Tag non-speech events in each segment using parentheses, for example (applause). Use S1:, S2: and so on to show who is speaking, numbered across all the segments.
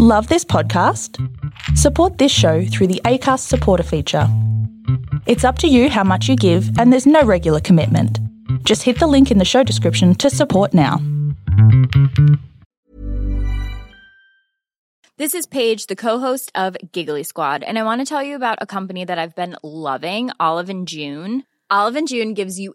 S1: Love this podcast? Support this show through the ACAST supporter feature. It's up to you how much you give, and there's no regular commitment. Just hit the link in the show description to support now.
S2: This is Paige, the co-host of Giggly Squad, and I want to tell you about a company that I've been loving, Olive and June. Olive and June gives you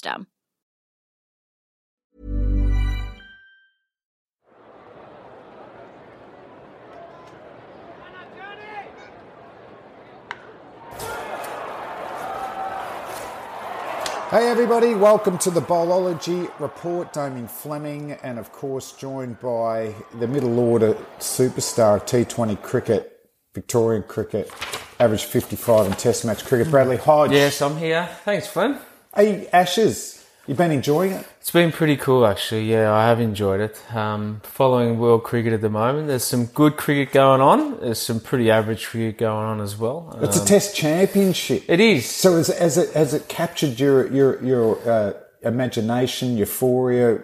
S3: Hey everybody, welcome to the Bowlology Report. Damien Fleming, and of course, joined by the middle order superstar of T20 cricket, Victorian cricket, average 55 in Test match cricket, Bradley Hodge.
S4: Yes, I'm here. Thanks, Flynn.
S3: Hey, Ashes, you've been enjoying it?
S4: It's been pretty cool, actually. Yeah, I have enjoyed it. Um, following world cricket at the moment, there's some good cricket going on. There's some pretty average cricket going on as well. Uh,
S3: It's a Test Championship.
S4: Um, It is.
S3: So has, has it has it captured your your your uh, imagination, euphoria?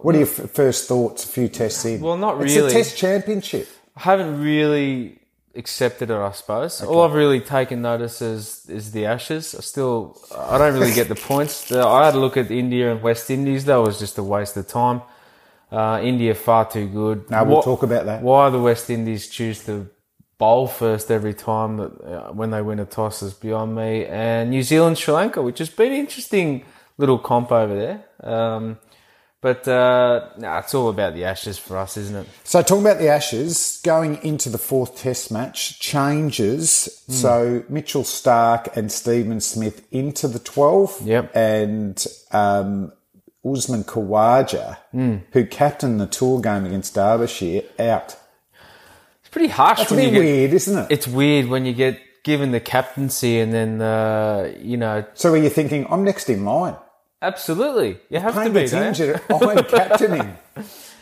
S3: What are your f- first thoughts? A few tests in.
S4: Well, not
S3: It's a
S4: really.
S3: Test Championship.
S4: I haven't really accepted it, I suppose. All I've really taken notice is is the Ashes. I still, I don't really get the points. The- I had a look at India and West Indies. That was just a waste of time. Uh, India far too good.
S3: No, we'll talk about that.
S4: Why the West Indies choose to bowl first every time that, uh, when they win a toss is beyond me. And New Zealand, Sri Lanka, which has been an interesting little comp over there. Um, but uh, nah, it's all about the Ashes for us, isn't it?
S3: So talking about the Ashes, going into the fourth Test match, changes.
S4: Hmm.
S3: So Mitchell Stark and Stephen Smith into the 12.
S4: Yep.
S3: And um, Usman Khawaja,
S4: Hmm.
S3: who captained the tour game against Derbyshire, out.
S4: It's pretty harsh
S3: That's a
S4: when you
S3: bit
S4: get
S3: weird, isn't it?
S4: it's weird when you get given the captaincy and then uh, you know
S3: so are you thinking, I'm next in line?
S4: absolutely you have to
S3: Playing
S4: be
S3: that's
S4: don't you?
S3: injured, I'm
S4: (laughs)
S3: captaining.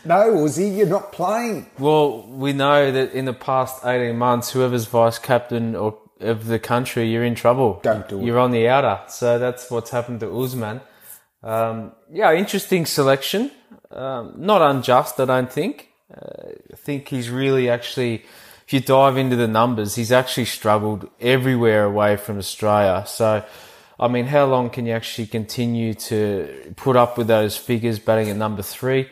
S3: No, Aussie, you're not playing.
S4: well we know that in the past 18 months whoever's vice captain or of the country you're in trouble
S3: Don't do it.
S4: you're on the outer so that's what's happened to Usman um, yeah interesting selection um, not unjust I don't think I think he's really actually, if you dive into the numbers, he's actually struggled everywhere away from Australia. So, I mean, how long can you actually continue to put up with those figures batting at number three?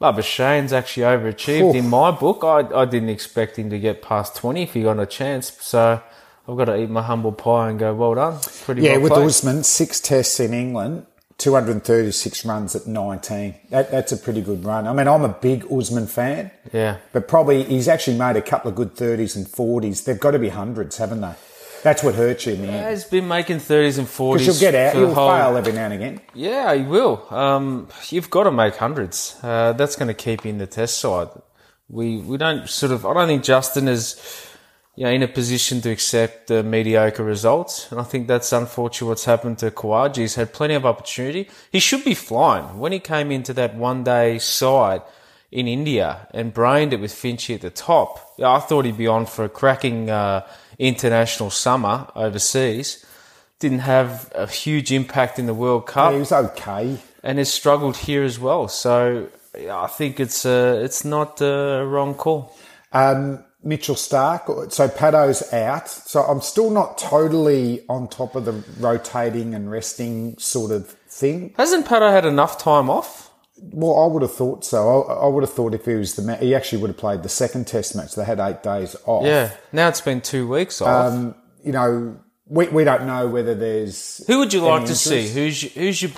S4: Bubba Shane's actually overachieved
S3: Oof.
S4: in my book. I, I didn't expect him to get past 20 if he got a chance. So, I've got to eat my humble pie and go, well done. Pretty
S3: Yeah,
S4: well
S3: with
S4: played.
S3: Usman, six tests in England, 236 runs at 19. That, that's a pretty good run. I mean, I'm a big Usman fan,
S4: Yeah.
S3: but probably he's actually made a couple of good 30s and 40s. They've got to be hundreds, haven't they? That's what hurts you, man.
S4: Has been making 30s and 40s.
S3: Because you'll get out,
S4: for the
S3: you'll
S4: whole-
S3: fail every now and again.
S4: Yeah, you will. Um, you've got to make hundreds. Uh, that's going to keep you in the test side. We we don't sort of. I don't think Justin is, you know, in a position to accept the mediocre results, and I think that's unfortunate. What's happened to Kawaji? He's had plenty of opportunity. He should be flying. When he came into that one day side in India and brained it with Finchie at the top, yeah, I thought he'd be on for a cracking uh, international summer overseas. Didn't have a huge impact in the World Cup
S3: He was okay.
S4: and has struggled here as well. So yeah, I think it's uh, it's not a wrong call.
S3: Um, Mitchell Stark, so Paddo's out. So I'm still not totally on top of the rotating and resting sort of thing.
S4: Hasn't Pato had enough time off?
S3: Well, I would have thought so. I, I would have thought if he was the ma- he actually would have played the second Test match. They had eight days off.
S4: Yeah. Now it's been two weeks off.
S3: you know, we, we don't know whether there's
S4: Who would you
S3: any
S4: like to see?
S3: interest.
S4: Who's your, who's your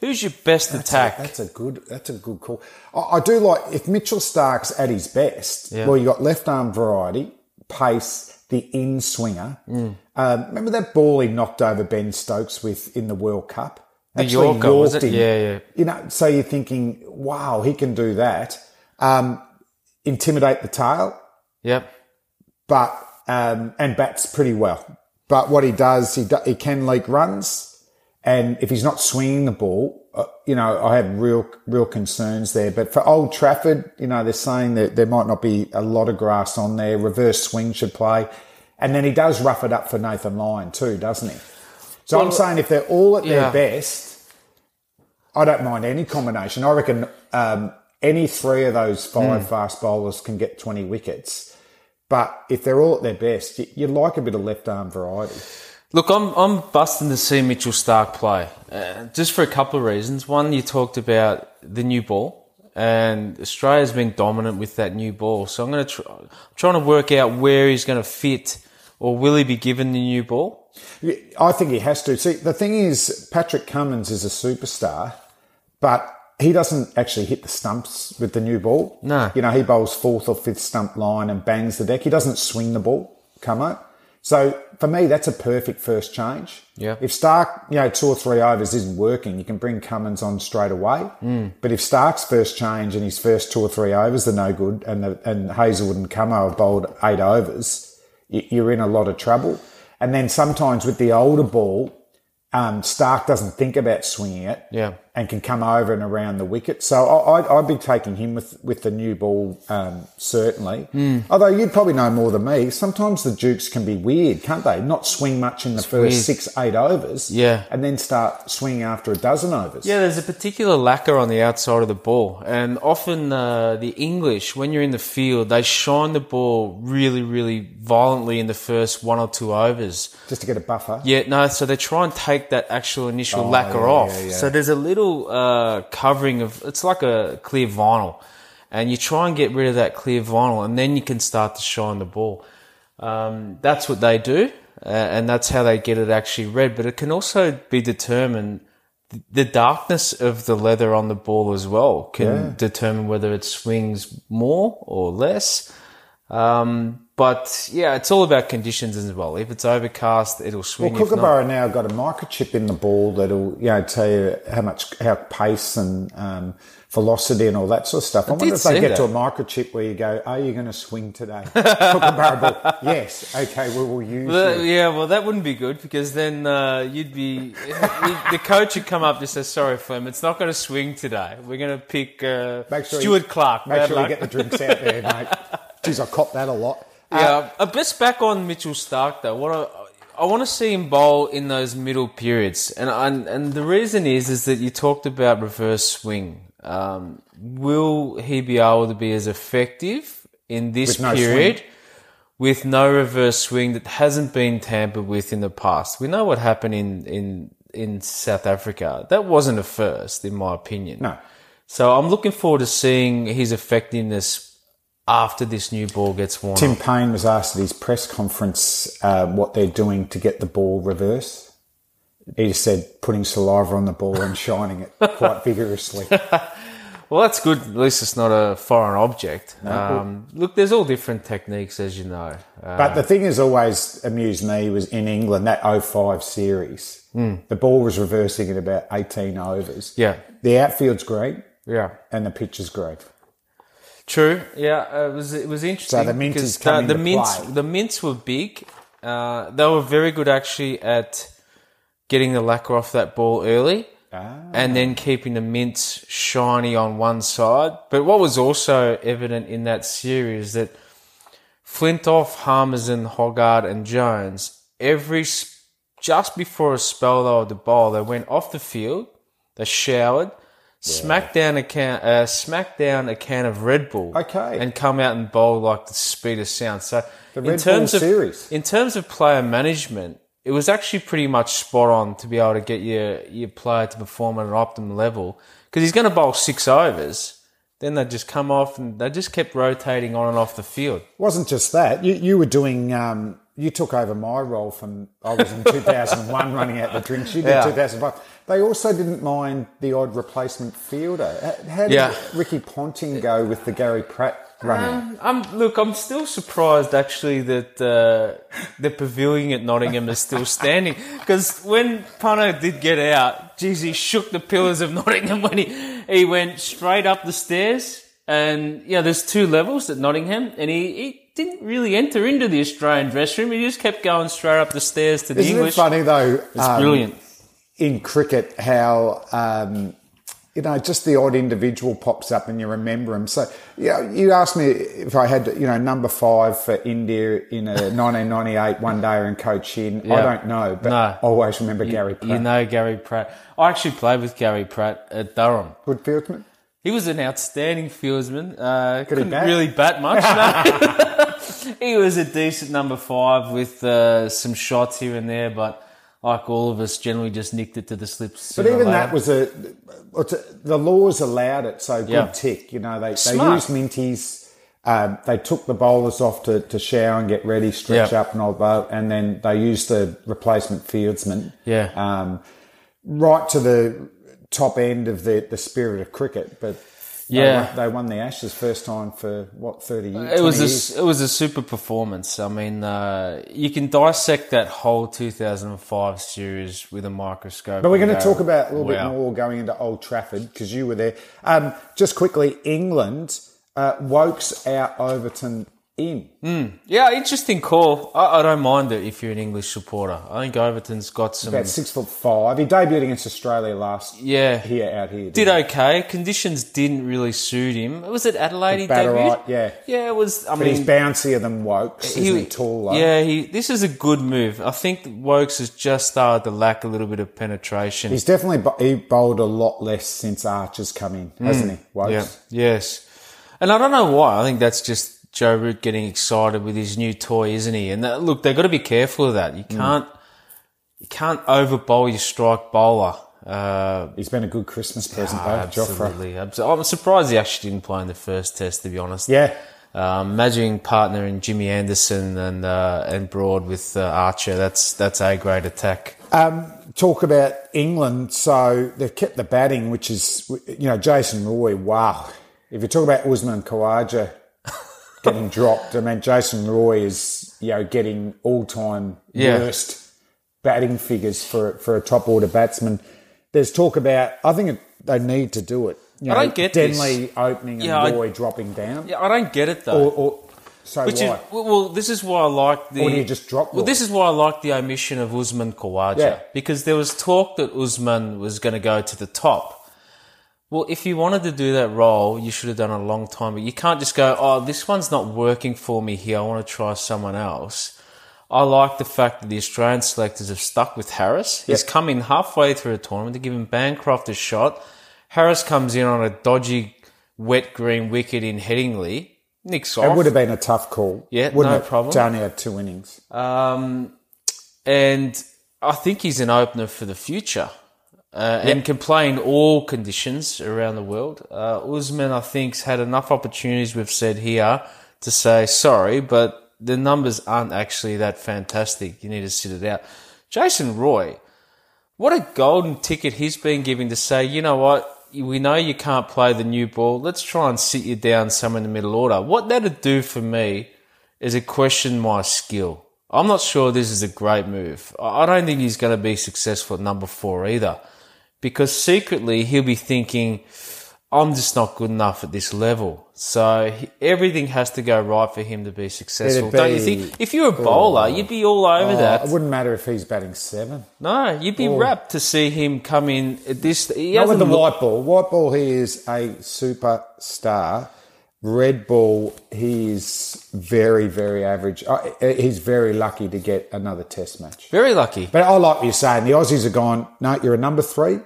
S4: who's your best attack?
S3: That's a good that's a good call. I, I do like if Mitchell Stark's at his best.
S4: Yeah.
S3: Well, you got left arm variety, pace, the
S4: Mm.
S3: in swinger. Um, remember that ball he knocked over Ben Stokes with in the World Cup.
S4: The
S3: actually
S4: Yorker, was
S3: yorked
S4: it?
S3: him.
S4: Yeah, yeah.
S3: You know, so you're thinking, wow, he can do that. Um, intimidate the tail,
S4: Yep.
S3: but um, and bats pretty well. But what he does, he do, he can leak runs, and if he's not swinging the ball, uh, you know, I have real real concerns there. But for Old Trafford, you know, they're saying that there might not be a lot of grass on there. Reverse swing should play, and then he does rough it up for Nathan Lyon too, doesn't he? So I'm saying if they're all at
S4: yeah.
S3: their best, I don't mind any combination. I reckon um, any three of those five fast bowlers can get 20 wickets. But if they're all at their best, you, you like a bit of left arm variety.
S4: Look, I'm I'm busting to see Mitchell Stark play, uh, just for a couple of reasons. One, you talked about the new ball, and Australia's been dominant with that new ball. So I'm going to tr- trying to work out where he's going to fit, or will he be given the new ball?
S3: I think he has to. See, the thing is, Patrick Cummins is a superstar, but he doesn't actually hit the stumps with the new ball.
S4: No.
S3: You know, he bowls fourth or fifth stump line and bangs the deck. He doesn't swing the ball, Cummo. So for me, that's a perfect first change.
S4: Yeah.
S3: If Stark, you know, two or three overs isn't working, you can bring Cummins on straight away.
S4: Mm.
S3: But if Stark's first change and his first two or three overs are no good and the, and Hazelwood and Cummo have bowled eight overs, y- you're in a lot of trouble. And then sometimes with the older ball, um, Stark doesn't think about swinging it
S4: Yeah.
S3: and can come over and around the wicket. So I, I'd, I'd be taking him with, with the new ball, um, certainly.
S4: Hmm.
S3: Although you'd probably know more than me. Sometimes the Dukes can be weird, can't they? Not swing much in the first
S4: weird.
S3: six, eight overs.
S4: Yeah.
S3: And then start swinging after a dozen overs.
S4: Yeah, there's a particular lacquer on the outside of the ball, and often uh, the English, when you're in the field, they shine the ball really, really violently in the first one or two overs.
S3: Just to get a buffer.
S4: Yeah, no, so they try and take that actual initial
S3: Oh,
S4: lacquer
S3: yeah,
S4: off.
S3: yeah, yeah.
S4: So there's a little uh, covering of, it's like a clear vinyl. And you try and get rid of that clear vinyl and then you can start to shine the ball. Um, that's what they do. Uh, and that's how they get it actually red. But it can also be determined, th- the darkness of the leather on the ball as well can determine whether it swings more or less. Um, but yeah, it's all about conditions as well. If it's overcast, it'll swing.
S3: Well,
S4: If not-
S3: Kookaburra now got a microchip in the ball that'll you know tell you how much how pace and um, velocity and all that sort of stuff. I,
S4: did
S3: wonder if they
S4: see
S3: get to a
S4: that.
S3: microchip where you go, "Are you going to swing today?" (laughs) Kookaburra ball, yes, okay, we will use
S4: Well,
S3: you.
S4: yeah, well, that wouldn't be good because then uh, you'd be you- the coach would come up and say, "Sorry, Flem, it's not going to swing today. We're going to pick uh,
S3: Make sure
S4: Stuart
S3: you,
S4: Clark."
S3: Make
S4: Bad
S3: sure
S4: luck.
S3: you get the drinks out
S4: (laughs)
S3: there, mate. Jeez, I cop that a lot. Um,
S4: Yeah, uh, best back on Mitchell Stark though. What I, I want to see him bowl in those middle periods, and and, and the reason is is that you talked about reverse swing. Um, will he be able to be as effective in this
S3: With no
S4: period with no reverse swing that hasn't been tampered with in the past? We know what happened in in in South Africa. That wasn't a first, in my opinion.
S3: No.
S4: So I'm looking forward to seeing his effectiveness after this new ball gets worn.
S3: Tim Payne was asked at his press conference uh, what they're doing to get the ball reverse. He just said putting saliva on the ball and shining it quite vigorously.
S4: Well, that's good. At least it's not a foreign object. Um, look, there's all different techniques, as you know. Uh,
S3: But the thing that's always amused me was in England, that 05 series, the ball was reversing in about 18 overs.
S4: Hmm. Yeah.
S3: The outfield's green
S4: yeah,
S3: and the pitch is green.
S4: true. Yeah, uh, it was it was interesting.
S3: the mints
S4: because
S3: has come
S4: the, the
S3: into
S4: mints
S3: play.
S4: the mints were big. Uh, they were very good actually at getting the lacquer off that ball early.
S3: Ah.
S4: And then keeping the mints shiny on one side. But what was also evident in that series that Flintoff, Harmison, Hoggard, and Jones, every s- just before a spell though of the ball, they went off the field, they showered, smacked down a can, uh, smacked down a can of Red Bull,
S3: Okay.
S4: and come out and bowl like the speed of sound. So
S3: The Red Bull
S4: of
S3: series.
S4: in terms of player management, it was actually pretty much spot on to be able to get your your player to perform at an optimum level because he's going to bowl six overs. Then they just come off and they just kept rotating on and off the field.
S3: It wasn't just that. You, you were doing um, you took over my role from I was in 2001 (laughs) running out the drinks. You did
S4: Yeah.
S3: 2005. They also didn't mind the odd replacement fielder. H- How did
S4: Yeah.
S3: Ricky Ponting go with the Gary Pratt running?
S4: I'm look. I'm still surprised actually that uh, the pavilion at Nottingham is still standing because when Pano did get out, geez, he shook the pillars of Nottingham (laughs) when he he went straight up the stairs. And yeah, there's two levels at Nottingham, and he, he didn't really enter into the Australian dressing room. He just kept going straight up the stairs to the
S3: Isn't
S4: English.
S3: it funny though?
S4: It's
S3: um,
S4: brilliant.
S3: in cricket how um, you know just the odd individual pops up and you remember him. So yeah, you asked me if I had you know number five for India in a
S4: (laughs)
S3: 1998 One Day in Cochin. I
S4: Yeah.
S3: don't know, but
S4: No.
S3: I always remember Gary Pratt.
S4: You know Gary Pratt. I actually played with Gary Pratt at Durham.
S3: Good fieldman.
S4: He was an outstanding fieldsman. Uh,
S3: he
S4: couldn't
S3: bat?
S4: really bat much.
S3: (laughs)
S4: no. he was a decent number five with uh, some shots here and there, but like all of us, generally just nicked it to the slips.
S3: But even that was a, it's a the laws allowed it, so good
S4: Yeah.
S3: tick. You know they they
S4: Smart.
S3: used minties. Um, they took the bowlers off to, to shower and get ready, stretch
S4: Yeah.
S3: up and all that, and then they used the replacement fieldsman.
S4: Yeah.
S3: Um, right to the top end of the, the spirit of cricket, but they
S4: Yeah.
S3: won- they won the Ashes first time for what thirty years.
S4: it was
S3: 20
S4: a
S3: years?
S4: s- it was a super performance. I mean, uh, you can dissect that whole 2005 series with a microscope.
S3: But we're going to talk about a little
S4: Wow.
S3: bit more going into Old Trafford because you were there. Um, just quickly, England uh, wokes out Overton in.
S4: Hmm. Yeah, interesting call. I, I don't mind it if you're an English supporter. I think Overton's got some.
S3: About six foot five. He debuted against Australia last
S4: Yeah.
S3: here out here.
S4: did
S3: didn't
S4: okay. Conditions didn't really suit him. Was it Adelaide he
S3: Ballarat,
S4: debuted?
S3: yeah.
S4: Yeah, it was. I
S3: But
S4: mean,
S3: he's bouncier than Wokes. Isn't he, taller?
S4: Yeah, he. This is a good move. I think Wokes has just started to lack a little bit of penetration.
S3: He's definitely bo- he bowled a lot less since Archer's come in, hasn't he? Wokes.
S4: Hmm. yeah. Yes. And I don't know why. I think that's just Joe Root getting excited with his new toy, isn't he? And that, look, they've got to be careful of that. You
S3: Mm.
S4: can't. You can't over bowl your strike bowler. Uh,
S3: He's been a good Christmas present though, Joffrey.
S4: absolutely. Abso- I'm surprised he actually didn't play in the first test, to be honest.
S3: Yeah.
S4: Um, managing partner in Jimmy Anderson and uh, and Broad with uh, Archer. That's that's a great attack.
S3: talk about England. So they've kept the batting, which is, you know, Jason Roy, wow. If you talk about Usman and
S4: (laughs)
S3: Khawaja getting dropped, I mean, Jason Roy is, you know, getting all time
S4: Yeah.
S3: worst batting figures for, for a top order batsman. There's talk about, I think it, they need to do it. You
S4: I
S3: know,
S4: don't get this.
S3: Denley opening
S4: Yeah, I-
S3: and Roy dropping down.
S4: Yeah, I don't get it though.
S3: Or, or, so
S4: Which is
S3: why?
S4: well, well, this is why I like the.
S3: Or do you just drop
S4: Well,
S3: Roy?
S4: this is why I like the omission of Usman Khawaja
S3: Yeah.
S4: because there was talk that Usman was going to go to the top. Well, if you wanted to do that role, you should have done it a long time. But you can't just go, "Oh, this one's not working for me here. I want to try someone else." I like the fact that the Australian selectors have stuck with Harris. He's
S3: Yeah.
S4: come in halfway through a tournament to give him Bancroft a shot. Harris comes in on a dodgy, wet green wicket in Headingley. Nick's
S3: it
S4: off.
S3: would have been a tough call.
S4: Yeah,
S3: wouldn't
S4: no
S3: it?
S4: problem.
S3: It's only had two innings.
S4: Um, and I think he's an opener for the future uh, and can play in all conditions around the world. Uh, Usman, I think, has had enough opportunities, we've said here, to say, sorry, but the numbers aren't actually that fantastic. You need to sit it out. Jason Roy, what a golden ticket he's been given to say, you know what? We know you can't play the new ball. Let's try and sit you down somewhere in the middle order. What that'd do for me is it question my skill. I'm not sure this is a great move. I I don't think he's going to be successful at number four either, because secretly he'll be thinking, I'm just not good enough at this level. So he, everything has to go right for him to be successful,
S3: It'd
S4: don't you
S3: be- Oh,
S4: think? If you're a bowler, you'd be all over that.
S3: It wouldn't matter if he's batting seven.
S4: No, you'd be wrapped to see him come in at this. He
S3: Oh. Not with
S4: hasn't
S3: the
S4: looked-
S3: white ball. White ball, he is a superstar. Red ball, he is very, very average. Uh, He's very lucky to get another test match.
S4: Very lucky.
S3: But I like what you're saying. The Aussies are gone. No, you're a number three,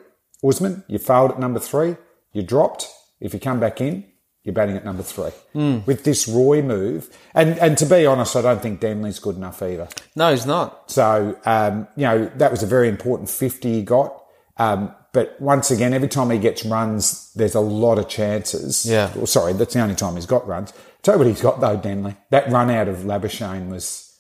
S3: Usman. You failed at number three. You dropped. If you come back in, you're batting at number three.
S4: Hmm.
S3: With this Roy move, and and to be honest, I don't think Denley's good enough either.
S4: No, he's not.
S3: So, um, you know, that was a very important 50 he got. Um, but once again, every time he gets runs, there's a lot of chances.
S4: Yeah.
S3: Well, sorry, that's the only time he's got runs. Tell you what he's got though, Denley. That run out of Labuschagne was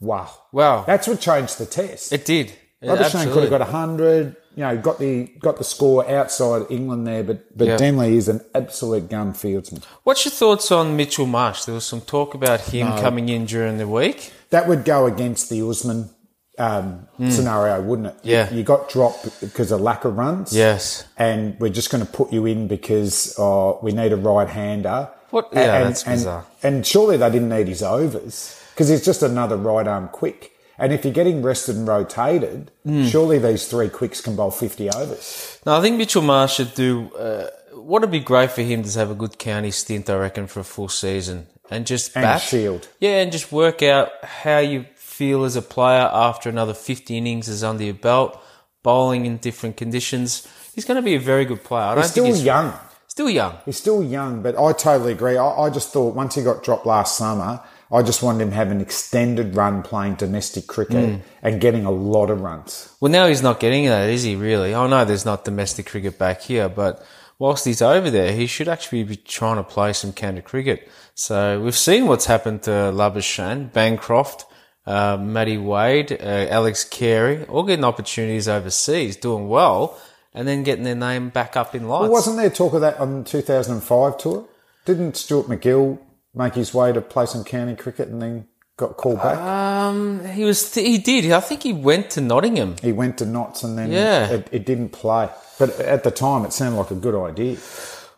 S3: Wow.
S4: Wow.
S3: That's what changed the test.
S4: It did. It
S3: Robertson could
S4: absolutely-
S3: have got hundred. You know, got the got the score outside England there, but but
S4: Yeah.
S3: Denley is an absolute gun fieldsman.
S4: What's your thoughts on Mitchell Marsh? There was some talk about him coming in during the week.
S3: That would go against the Usman um, scenario, wouldn't it?
S4: Hmm. Yeah.
S3: you got dropped because of lack of runs.
S4: Yes.
S3: and we're just going to put you in because uh, we need a right hander.
S4: What- yeah, that's bizarre.
S3: And, surely they didn't need his overs because he's just another right arm quick. And if you're getting rested and rotated,
S4: Hmm.
S3: surely these three quicks can bowl 50 overs.
S4: No, I think Mitchell Marsh should do. Uh, what would be great for him to have a good county stint, I reckon, for a full season and just
S3: And
S4: bat.
S3: shield.
S4: Yeah, and just work out how you feel as a player after another 50 innings is under your belt, bowling in different conditions. He's going to be a very good player. I don't
S3: He's still
S4: think he's
S3: young.
S4: Still young.
S3: He's still young, but I totally agree. I, I just thought once he got dropped last summer, I just wanted him to have an extended run playing domestic cricket
S4: Mm.
S3: and getting a lot of runs.
S4: Well, now he's not getting that, is he? Really? I know there's not domestic cricket back here, but whilst he's over there, he should actually be trying to play some counter cricket. So we've seen what's happened to Labuschagne, Bancroft, uh, Matty Wade, uh, Alex Carey, all getting opportunities overseas, doing well, and then getting their name back up in lights.
S3: Well, wasn't there talk of that on the 2005 tour? Didn't Stuart McGill make his way to play some county cricket and then got called back?
S4: um, he was. he did. I think he went to Nottingham.
S3: he went to Knots and then
S4: Yeah.
S3: it, it didn't play. But at the time, it sounded like a good idea.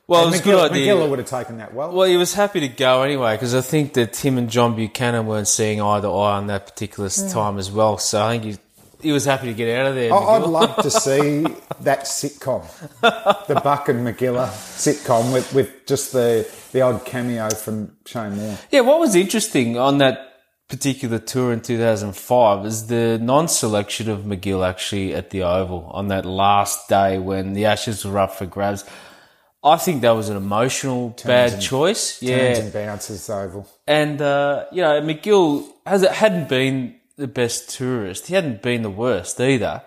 S4: Well, Oh, it
S3: And
S4: was a
S3: McGill-
S4: good idea.
S3: McGillar would have taken that well.
S4: Well, he was happy to go anyway because I think that Tim and John Buchanan weren't seeing eye to eye on that particular
S3: Hmm.
S4: s- time as well. So I think he, he was happy to get out of there.
S3: I- I'd
S4: McGill.
S3: love
S4: (laughs)
S3: to see that sitcom, the Buck and McGillar sitcom with, with just the, the odd cameo from Shane Moore.
S4: yeah, what was interesting on that particular tour in 2005 is the non-selection of McGill actually at the Oval on that last day when the Ashes were up for grabs. I think that was an emotional bad
S3: and-
S4: choice.
S3: Turns
S4: Yeah,
S3: and bounces oval.
S4: And uh, you know, McGill has hadn't been the best tourist. He hadn't been the worst either.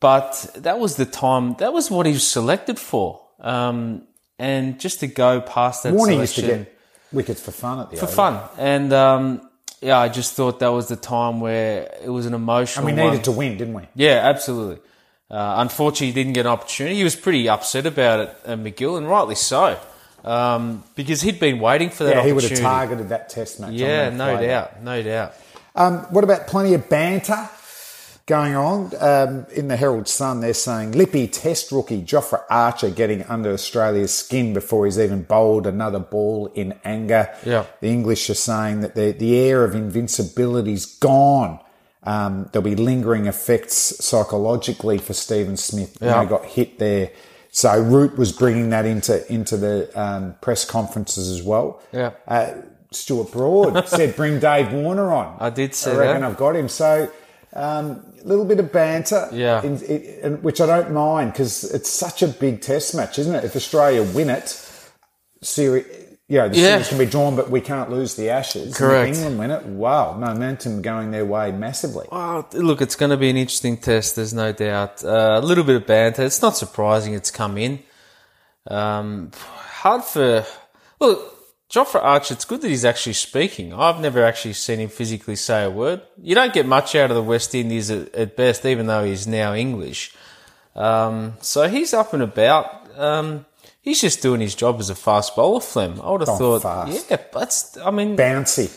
S4: But that was the time. That was what he was selected for. Um, and just to go past that
S3: Warner used to
S4: selection
S3: get wickets for fun at the
S4: for fun. And um, yeah, I just thought that was the time where it was an emotional.
S3: And we
S4: one.
S3: needed to win, didn't we?
S4: Yeah, absolutely. Uh, unfortunately, he didn't get an opportunity. He was pretty upset about it, uh, McGill, and rightly so, um, because he'd been waiting for that
S3: Yeah, he would
S4: opportunity.
S3: have targeted that test match. I
S4: Yeah,
S3: wouldn't
S4: no
S3: have played it.
S4: doubt, no doubt.
S3: Um, what about plenty of banter going on um, in the Herald Sun? They're saying Lippy Test rookie Jofra Archer getting under Australia's skin before he's even bowled another ball in anger.
S4: Yeah.
S3: the English are saying that the the air of invincibility's gone. Um, there'll be lingering effects psychologically for Stephen Smith. when
S4: Yeah.
S3: they got hit there. So Root was bringing that into into the um, press conferences as well.
S4: Yeah.
S3: Uh, Stuart
S4: (laughs)
S3: Broad said, "Bring Dave Warner on."
S4: I did say
S3: I reckon
S4: that.
S3: I've got him. So um, a little bit of banter,
S4: Yeah.
S3: in, in, in- which I don't mind because it's such a big Test match, isn't it? If Australia win it, series, you know, the
S4: Yeah.
S3: series can be drawn, but we can't lose the Ashes. And if
S4: Correct.
S3: England win it. Wow, momentum going their way massively.
S4: Well, look, it's going to be an interesting test. There's no doubt. Uh, a little bit of banter. It's not surprising it's come in. Um, hard for look. Jofra Archer, it's good that he's actually speaking. I've never actually seen him physically say a word. You don't get much out of the West Indies at, at best, even though he's now English. Um, so he's up and about. Um, he's just doing his job as a fast bowler, Flem. I would have
S3: Gone
S4: thought,
S3: fast.
S4: yeah, that's. I mean,
S3: Bouncy.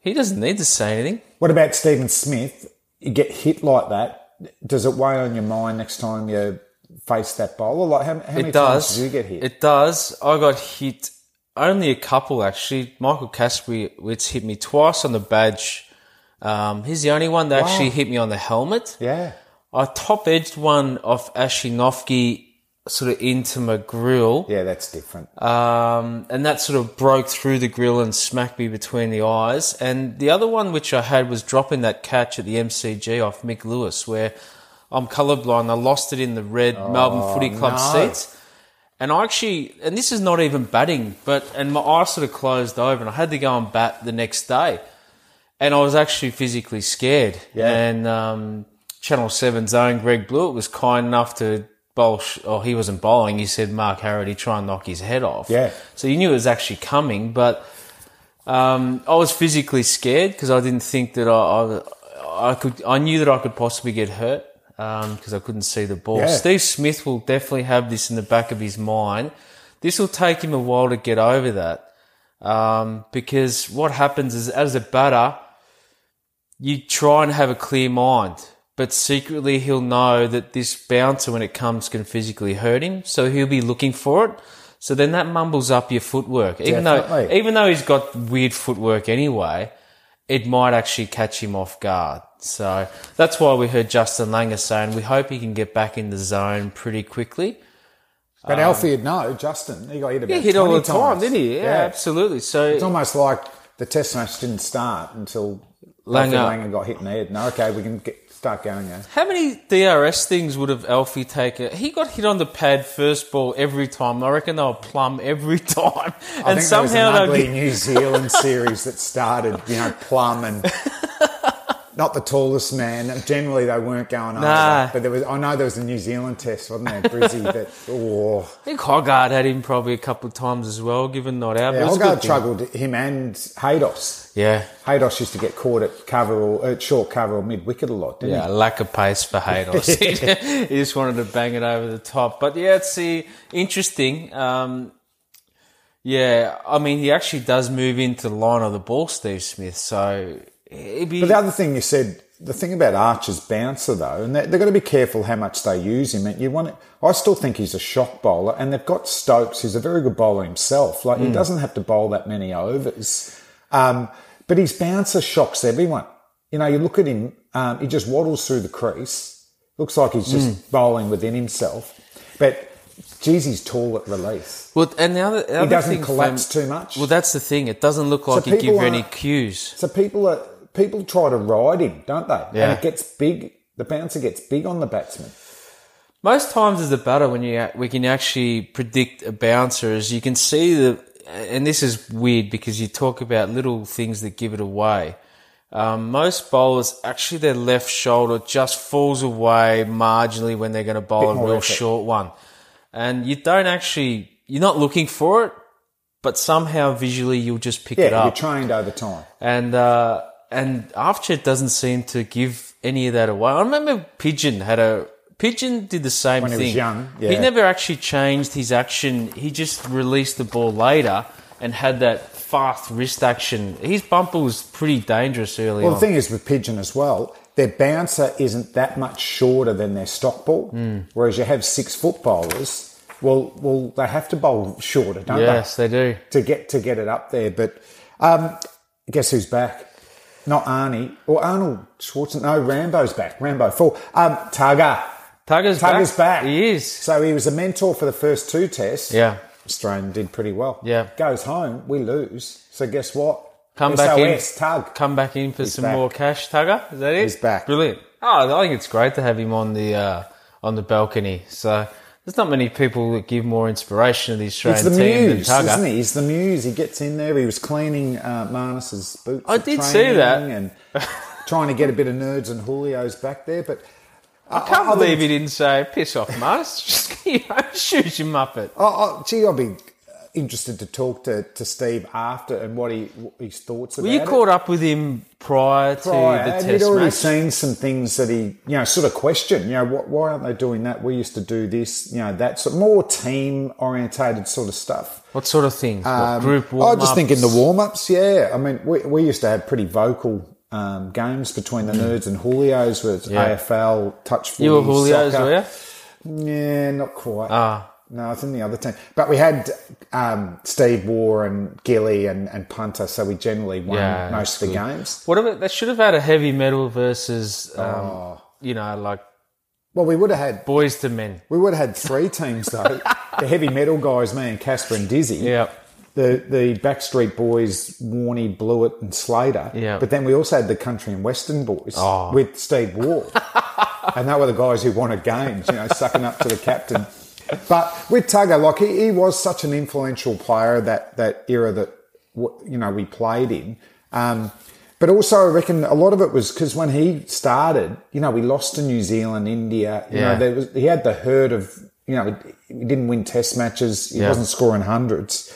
S4: he doesn't need to say anything.
S3: What about Stephen Smith? You get hit like that. Does it weigh on your mind next time you face that bowler? Like how, how many
S4: It does.
S3: times do you get hit?
S4: It does. I got hit only a couple actually. Michael Kasperwitz hit me twice on the badge. Um, he's the only one that actually hit me on the helmet.
S3: yeah.
S4: I top edged one off Ashinovsky sort of into my grill.
S3: Yeah, that's different.
S4: Um, and that sort of broke through the grill and smacked me between the eyes. And the other one which I had was dropping that catch at the MCG off Mick Lewis, where I'm colourblind. I lost it in the red Melbourne Footy Club
S3: Oh, no.
S4: seats. And I actually, and this is not even batting, but, and my eyes sort of closed over and I had to go and bat the next day. And I was actually physically scared.
S3: Yeah.
S4: And, um, Channel 7's own Greg Blewett was kind enough to bowl, sh- oh, he wasn't bowling. He said Mark Harrod, he try and knock his head off.
S3: Yeah.
S4: So you knew it was actually coming, but Um, I was physically scared because I didn't think that I, I, I could. I knew that I could possibly get hurt because I couldn't see the ball.
S3: Yeah.
S4: Steve Smith will definitely have this in the back of his mind. This will take him a while to get over that um, because what happens is as a batter, you try and have a clear mind, but secretly he'll know that this bouncer, when it comes, can physically hurt him, so he'll be looking for it. So then that mumbles up your footwork, even though
S3: Definitely.
S4: even though he's got weird footwork anyway, it might actually catch him off guard. So that's why we heard Justin Langer saying we hope he can get back in the zone pretty quickly.
S3: But Alfie'd know, Justin. He got hit about
S4: He hit all
S3: 20
S4: the time,
S3: times.
S4: didn't he? Yeah, absolutely. So
S3: It's almost like the test match didn't start until
S4: Langer.
S3: Langer, Langer got hit in the head. No, okay, we can get, start going now.
S4: How many DRS things would have Alfie taken? He got hit on the pad first ball every time. I reckon they'll plumb every (laughs) time,
S3: I
S4: and
S3: think
S4: somehow
S3: there
S4: they'll
S3: was an ugly
S4: get.
S3: New Zealand series that started, you know, Plum
S4: (laughs)
S3: and not the tallest man. Generally, they weren't going
S4: Nah.
S3: over. But there was, I know there was a New Zealand test, wasn't there, Brizzy? That (laughs) oh,
S4: I think Hoggard had him probably a couple of times as well, given not out. but
S3: yeah,
S4: it's
S3: Hogarth
S4: a good thing.
S3: struggled. Him and Haydos.
S4: Yeah,
S3: Haydos used to get caught at cover or at short cover or mid wicket a lot, didn't
S4: yeah, a lack of pace
S3: (laughs)
S4: for Haydos. he just wanted to bang it over the top. But yeah, it's the interesting. Um, yeah, I mean, he actually does move into the line of the ball, Steve Smith. So it'd be
S3: But the other thing you said, the thing about Archer's bouncer though, and they, they've got to be careful how much they use him. And you want, I still think he's a shock bowler, and they've got Stokes, who's a very good bowler himself. Like he doesn't have to bowl that many overs, um, but his bouncer shocks everyone. You know, you look at him, um, he just waddles through the crease. Looks like he's just bowling within himself, but geez, he's tall at release.
S4: Well, and the other, the other
S3: doesn't
S4: thing
S3: collapse
S4: from-
S3: too much.
S4: Well, that's the thing. It doesn't look like it gives
S3: people
S4: any
S3: aren't-
S4: cues.
S3: So people are people try to ride him, don't they?
S4: Yeah.
S3: And it gets big. The bouncer gets big on the batsman.
S4: Most times as a batter, when you we can actually predict a bouncer, is you can see the, and this is weird because you talk about little things that give it away. Um, most bowlers actually their left shoulder just falls away marginally when they're going to bowl
S3: Bit
S4: a
S3: more
S4: real
S3: effort.
S4: short one, and you don't actually you're not looking for it, but somehow visually you'll just pick it
S3: Yeah,
S4: up.
S3: you're trained over time.
S4: and uh, and Archer doesn't seem to give any of that away. I remember Pigeon had a Pigeon did the same
S3: When he
S4: thing.
S3: was young,
S4: He
S3: yeah.
S4: never actually changed his action. He just released the ball later and had that fast wrist action. His bumper was pretty dangerous early
S3: Well,
S4: on.
S3: the thing is with pigeon as well, their bouncer isn't that much shorter than their stock ball.
S4: Hmm.
S3: Whereas you have six foot bowlers. Well, well, they have to bowl shorter, don't
S4: yes,
S3: they?
S4: they do.
S3: To get to get it up there. But um, guess who's back? Not Arnie or Arnold Schwarzenegger. No, Rambo's back. Rambo four. Um, Targa.
S4: Tugger's,
S3: Tugger's back.
S4: He is.
S3: So he was a mentor for the first two tests.
S4: Yeah.
S3: Australian did pretty well.
S4: Yeah.
S3: Goes home, we lose. So guess what?
S4: Come
S3: SOS,
S4: back in.
S3: Tug.
S4: Come back in for some
S3: back.
S4: more cash, Tugger. Is that it?
S3: He's back.
S4: Brilliant. Oh, I think it's great to have him on the uh, on the balcony. So there's not many people that give more inspiration to the
S3: He's
S4: Australian
S3: the
S4: team
S3: muse,
S4: than Tugger.
S3: isn't he? He's the muse. He gets in there. He was cleaning uh, Marnus's boots.
S4: I
S3: at
S4: did see
S3: training
S4: that.
S3: And (laughs) trying to get a bit of nerds and Julio's back there, but
S4: I can't
S3: I- I
S4: believe
S3: think-
S4: he didn't say piss off, Mars. (laughs) Just you know, shoot your muppet.
S3: oh, oh, gee, I'll be interested to talk to, to Steve after and what he what his thoughts about
S4: Were you
S3: it.
S4: caught up with him prior to
S3: prior,
S4: the
S3: and
S4: test
S3: he'd already
S4: match?
S3: seen some things that he, you know, sort of questioned. You know, wh- why aren't they doing that? We used to do this, you know, that sort more team orientated sort of stuff.
S4: what sort of things? What group
S3: Um, I
S4: warm
S3: just think in the warm ups, yeah. I mean, we, we used to have pretty vocal um, games between the nerds and Julios with
S4: Mm. Yeah.
S3: AFL, touch footy,
S4: You were Julio's,
S3: soccer.
S4: were Ah. you?
S3: Yeah, not quite. No, it's in the other team. But we had um, Steve War and Gilly and, and Punter, so we generally won
S4: Yeah,
S3: most of the games.
S4: What about they should have had a heavy metal versus um,
S3: Oh.
S4: you know, like
S3: Well, we would have had
S4: boys to men.
S3: We would have had three teams
S4: (laughs)
S3: though. the heavy metal guys, me and Casper and Dizzy.
S4: Yeah.
S3: The the Backstreet Boys, Warney, Blewett, and Slater.
S4: Yeah.
S3: But then we also had the country and western boys
S4: Oh.
S3: with Steve
S4: (laughs)
S3: Ward, and they were the guys who wanted games, you know, sucking up to the captain. But with Tugger, like he, he was such an influential player of that that era that w- you know we played in. Um, but also, I reckon a lot of it was because when he started, you know, we lost to New Zealand, India. You
S4: Yeah.
S3: know, there was he had the herd of you know he didn't win Test matches. He
S4: Yeah.
S3: wasn't scoring hundreds.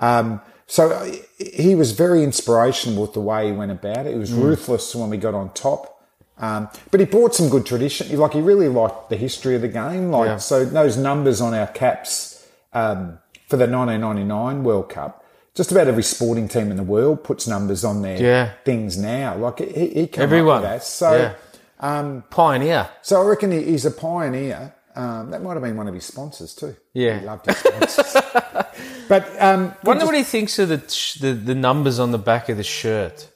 S3: Um, So uh, he was very inspirational with the way he went about it. He was
S4: Mm.
S3: ruthless when we got on top. Um, but he brought some good tradition. Like he really liked the history of the game. Like
S4: Yeah.
S3: so, those numbers on our caps um, for the 1999 World Cup. Just about every sporting team in the world puts numbers on their
S4: Yeah.
S3: things now. Like he, he came
S4: Everyone.
S3: up with that. So um,
S4: Yeah. Pioneer.
S3: so I reckon he, he's a pioneer. Um, that might have been one of his sponsors too.
S4: Yeah.
S3: he loved his
S4: (laughs)
S3: sponsors. but um,
S4: Wonder what he thinks of the, sh- the the numbers on the back of the shirt.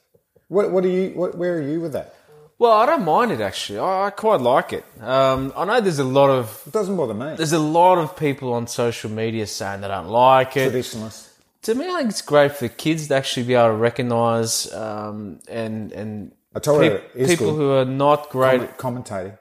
S3: what, what are you? What, where are you with that?
S4: Well, I don't mind it actually. I, I quite like it. Um, I know there's a lot of
S3: It doesn't bother me.
S4: there's a lot of people on social media saying they don't like it.
S3: Traditionalist.
S4: To me, I think it's great for the kids to actually be able to recognise um, and and
S3: I told you, it is
S4: people
S3: good.
S4: who are not great.
S3: Comment- commentating.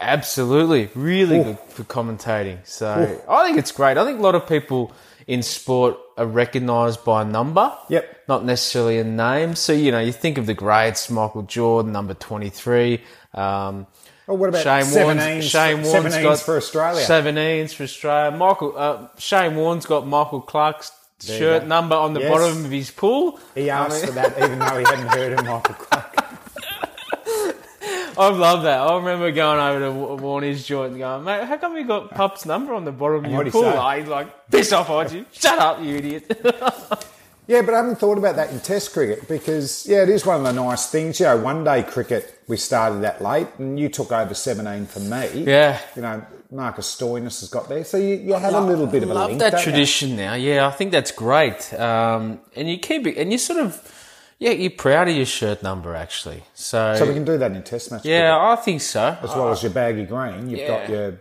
S4: Absolutely, really good for commentating. So I think it's great. I think a lot of people in sport are recognised by number.
S3: Yep.
S4: Not necessarily a name. So you know, you think of the greats: Michael Jordan, number twenty-three. Um,
S3: Well, Oh, what about
S4: Shane Warne?
S3: 17s
S4: Shane
S3: for-
S4: Warne's
S3: 17s
S4: got
S3: for Australia?
S4: Seventeens for Australia. Michael uh, Shane Warne's got Michael Clark's
S3: you
S4: shirt
S3: go.
S4: number on the
S3: Yes.
S4: bottom of his pool.
S3: He
S4: I
S3: asked
S4: mean-
S3: for that, even though he hadn't heard of Michael Clark.
S4: I love that. I remember going over to Wa- Warner's joint and going, mate, how come we got Pup's number on the bottom of your
S3: what'd he
S4: pool?
S3: say?
S4: I like, piss off, Archie. Shut up, you idiot.
S3: Yeah, but I haven't thought about that in Test cricket because yeah, it is one of the nice things. You know, one day cricket we started that late, and you took over seventeen for me.
S4: Yeah.
S3: you know, Marcus Stoinis has got there, so you, you have a little bit of a
S4: love
S3: link,
S4: that
S3: don't you?
S4: tradition now. Yeah, I think that's great. Um, and you keep it, and you sort of, yeah, you're proud of your shirt number, actually. So,
S3: So we can do that in Test match.
S4: yeah, I think so.
S3: cricket. as well as your baggy green, you've got
S4: Yeah.
S3: your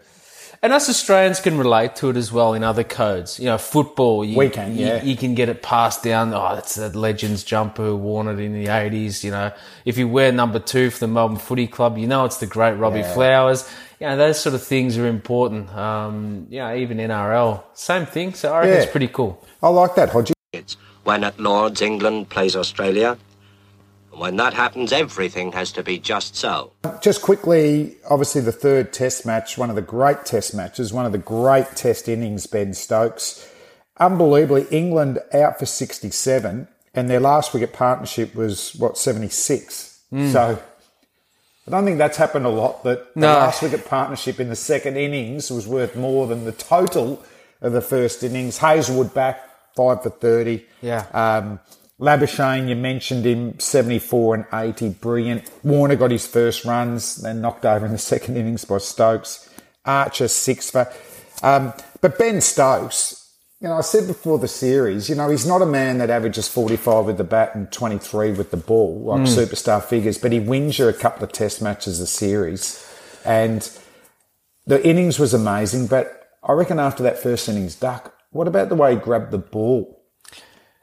S4: And us Australians can relate to it as well in other codes. You know, football. You,
S3: We can,
S4: you,
S3: yeah.
S4: You can get it passed down. Oh, that's that legends jumper who worn it in the eighties. You know, if you wear number two for the Melbourne Footy Club, you know it's the great Robbie
S3: Yeah.
S4: Flowers. You know, those sort of things are important. Um, you know, even NRL, same thing. So I reckon
S3: Yeah.
S4: it's pretty cool.
S3: I like that, Hodgie.
S5: Why not Lords England plays Australia? And when that happens, everything has to be just so.
S3: Just quickly, obviously the third test match, one of the great test matches, one of the great test innings, Ben Stokes. Unbelievably, England out for 67, and their last wicket partnership was, what, 76? So I don't think that's happened a lot, that the
S4: No.
S3: last wicket partnership in the second innings was worth more than the total of the first innings. Hazelwood back, 5 for 30.
S4: Yeah.
S3: Um, Labuschagne, you mentioned him, 74 and 80, brilliant. Warner got his first runs, then knocked over in the (laughs) second innings by Stokes. Archer, six for. Um, but Ben Stokes, you know, I said before the series, you know, he's not a man that averages 45 with the bat and 23 with the ball, like superstar figures, but he wins you a couple of test matches a series. And the innings was amazing, but I reckon after that first innings, Duck, what about the way he grabbed the ball?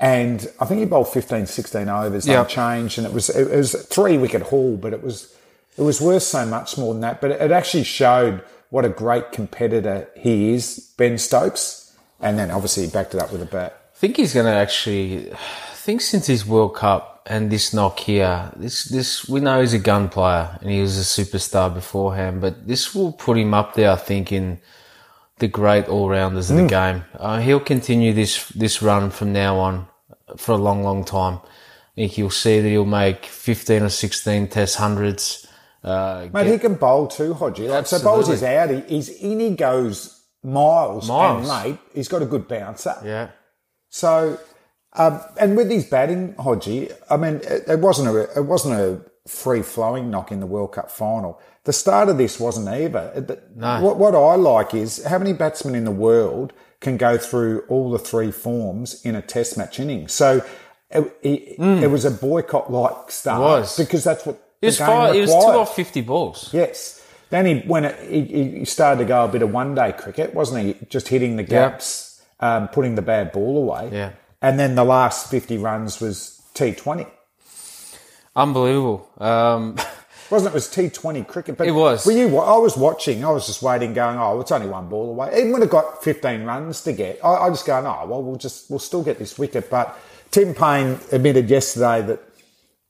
S3: And I think he bowled 15, 16 overs,
S4: Yeah.
S3: unchanged, and it was it was a three wicket haul, but it was it was worth so much more than that. But it, it actually showed what a great competitor he is, Ben Stokes. And then obviously he backed it up with a bat.
S4: think he's going to actually. I think since his World Cup and this knock here, this this we know he's a gun player and he was a superstar beforehand, but this will put him up there. I think in the great all rounders of the
S3: Hmm.
S4: game. Uh, he'll continue this this run from now on for a long, long time. I think you'll see that he'll make fifteen or sixteen Test hundreds. Uh,
S3: Mate,
S4: get-
S3: he can bowl too, Hodgie. Like, so bowls
S4: Absolutely.
S3: is out. He, he's in, he goes miles,
S4: Miles.
S3: and late. He's got a good bouncer.
S4: yeah,
S3: So, um, and with his batting, Hodgie, I mean, it, it wasn't a it wasn't a free flowing knock in the World Cup final. The start of this wasn't either. It- the- What, what I like is how many batsmen in the world can go through all the three forms in a Test match inning. So. It, it, it was a boycott-like start
S4: Hmm. was.
S3: because that's what
S4: it was
S3: the game
S4: five, it was two
S3: required.
S4: off fifty balls.
S3: Yes. Then he when it, he, he started to go a bit of one day cricket, wasn't he? Just hitting the gaps, um, putting the bad ball away.
S4: Yeah.
S3: And then the last fifty runs was T Twenty.
S4: Unbelievable. Um, (laughs)
S3: Wasn't it? it was T Twenty cricket? But
S4: It was.
S3: Were you? wa- I was watching. I was just waiting, going, "Oh, it's only one ball away." Even when it got fifteen runs to get, I, I just going, "Oh, well, we'll just we'll still get this wicket." But Tim Payne admitted yesterday that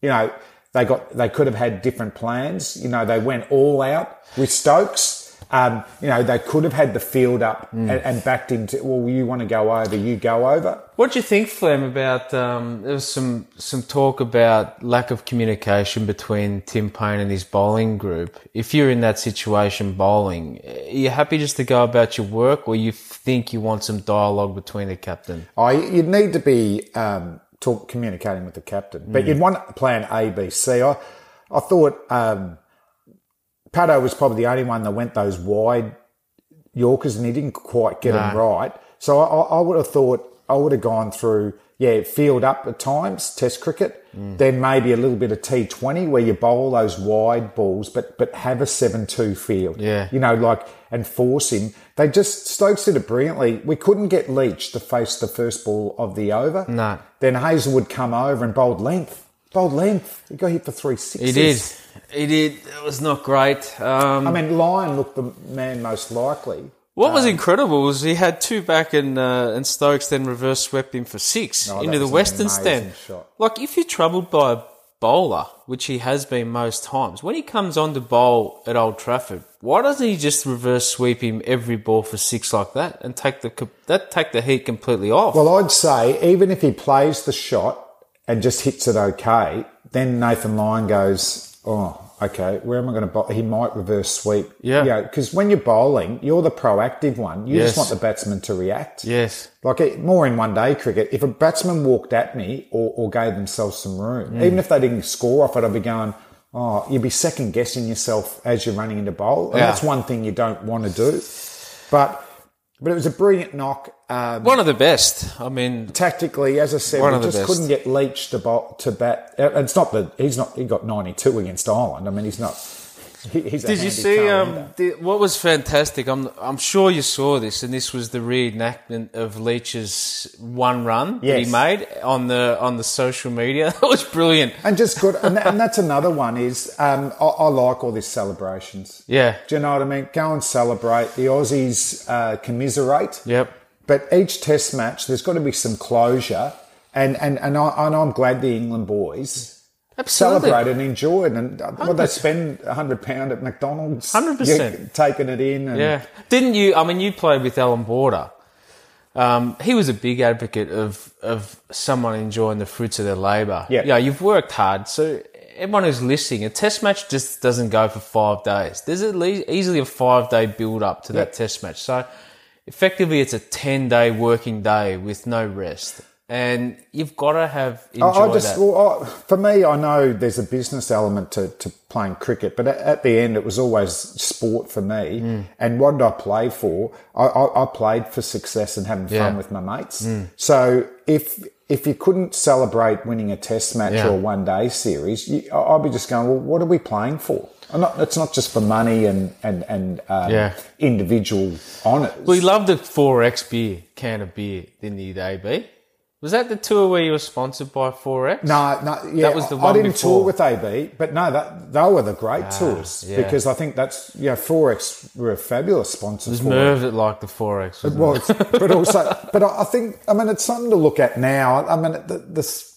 S3: you know they got they could have had different plans. You know they went all out with Stokes. Um, you know, they could have had the field up and,
S4: Mm.
S3: and backed into, well, you want to go over, you go over.
S4: What do you think, Flem, about um, there was some some talk about lack of communication between Tim Payne and his bowling group. If you're in that situation bowling, are you happy just to go about your work, or you think you want some dialogue between the captain?
S3: I, you'd need to be um, talk, communicating with the captain,
S4: Mm.
S3: but you'd want plan A, B, C. I, I thought um, Paddo was probably the only one that went those wide Yorkers, and he didn't quite get them right. So I, I I would have thought I would have gone through yeah field up at times, Test cricket,
S4: Mm.
S3: then maybe a little bit of T Twenty where you bowl those wide balls, but but have a seven two field.
S4: Yeah.
S3: you know, like and force him. They just Stokes did it brilliantly. We couldn't get Leach to face the first ball of the over.
S4: No.
S3: Then Hazelwood come over and bowled length. Bowled length. He got hit for three sixes.
S4: He did. He did. It was not great. Um,
S3: I mean, Lyon looked the man most likely.
S4: What
S3: Um,
S4: was incredible was he had two back and uh, and Stokes then reverse swept him for six
S3: No, that
S4: into the
S3: was an
S4: western
S3: amazing
S4: stand.
S3: shot.
S4: Like if you're troubled by a bowler, which he has been most times, when he comes on to bowl at Old Trafford, why doesn't he just reverse sweep him every ball for six like that and take the co- that take the heat completely off?
S3: Well, I'd say even if he plays the shot and just hits it okay, then Nathan Lyon goes, oh, okay, where am I going to bowl? He might reverse sweep.
S4: Yeah.
S3: Because when you're bowling, you're the proactive one. You
S4: Yes.
S3: just want the batsman to react.
S4: yes.
S3: Like it, more in one day cricket, if a batsman walked at me or, or gave themselves some room,
S4: Mm.
S3: even if they didn't score off it, I'd be going, oh, you'd be second guessing yourself as you're running into bowl. And
S4: Yeah.
S3: that's one thing you don't want to do. But, but it was a brilliant knock. Um,
S4: One of the best. I mean,
S3: tactically, as I said,
S4: One
S3: we
S4: of the
S3: just
S4: best.
S3: couldn't get Leach to, bo- to bat. Uh, It's not that he's not. He got ninety two against Ireland. I mean, he's not. he- He's a
S4: Did you
S3: handy
S4: see
S3: cunt
S4: um,
S3: either.
S4: the, what was fantastic? I'm I'm sure you saw this, and this was the reenactment of Leach's one run that
S3: Yes.
S4: he made on the on the social media. (laughs) That was brilliant.
S3: And just good. And, tha- and that's another one is um, I, I like all these celebrations.
S4: Yeah.
S3: Do you know what I mean? Go and celebrate. The Aussies uh, commiserate.
S4: Yep.
S3: But each test match, there's got to be some closure. And, and, and, I, and I'm glad the England boys
S4: Absolutely.
S3: celebrate and enjoy it. And uh, what they spend a hundred pound at McDonald's,
S4: 100%.
S3: You're taking it in. And
S4: Yeah. Didn't you? I mean, you played with Alan Border. Um, he was a big advocate of of someone enjoying the fruits of their labour.
S3: Yeah.
S4: Yeah. You've worked hard, so everyone who's listening, a test match just doesn't go for five days. There's at least easily a five day build up to that
S3: Yeah.
S4: test match. So effectively, it's a ten day working day with no rest, and you've got to have enjoy
S3: I, I just,
S4: that.
S3: well, I, for me, I know there's a business element to, to playing cricket, but at, at the end, it was always sport for me.
S4: Mm.
S3: And what did I play for? I, I, I played for success and having
S4: Yeah. Mm.
S3: fun with my mates. So if if you couldn't celebrate winning a test match
S4: Yeah.
S3: or a one day series, you, I- I'd be just going, well, what are we playing for? And not, it's not just for money and and and um,
S4: Yeah.
S3: individual honours.
S4: we loved the four X beer can of beer, didn't you, AB? Was that the tour where you were sponsored by Four X?
S3: No, no, yeah,
S4: was the
S3: I- I
S4: one
S3: didn't
S4: before.
S3: tour with AB, but no, that they were the great tours
S4: yeah.
S3: because I think that's yeah, Forex were a fabulous sponsor.
S4: It was
S3: for
S4: Merv that liked the Forex.
S3: It
S4: wasn't
S3: was, but also, but I I think I mean it's something to look at now. I mean the, the s-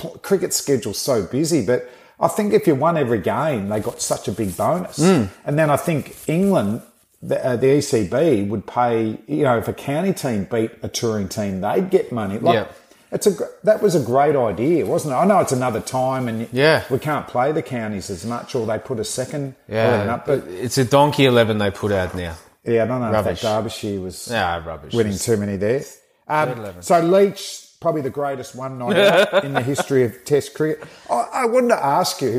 S3: pl- cricket schedule's so busy, but I think if you won every game, they got such a big bonus.
S4: Mm.
S3: And then I think England, the, uh, the ECB would pay. You know, if a county team beat a touring team, they'd get money. Like,
S4: Yeah.
S3: It's a gr- that was a great idea, wasn't it? I know it's another time, and
S4: Yeah.
S3: we can't play the counties as much, or they put a second eleven
S4: Yeah,
S3: up. But
S4: it's a donkey eleven they put out now.
S3: yeah, I don't know
S4: Rubbish.
S3: if that Derbyshire was
S4: Ah, rubbish.
S3: winning too many there. Um, so Leach, probably the greatest one night
S4: (laughs)
S3: out in the history of Test cricket. I, I wanted to ask you,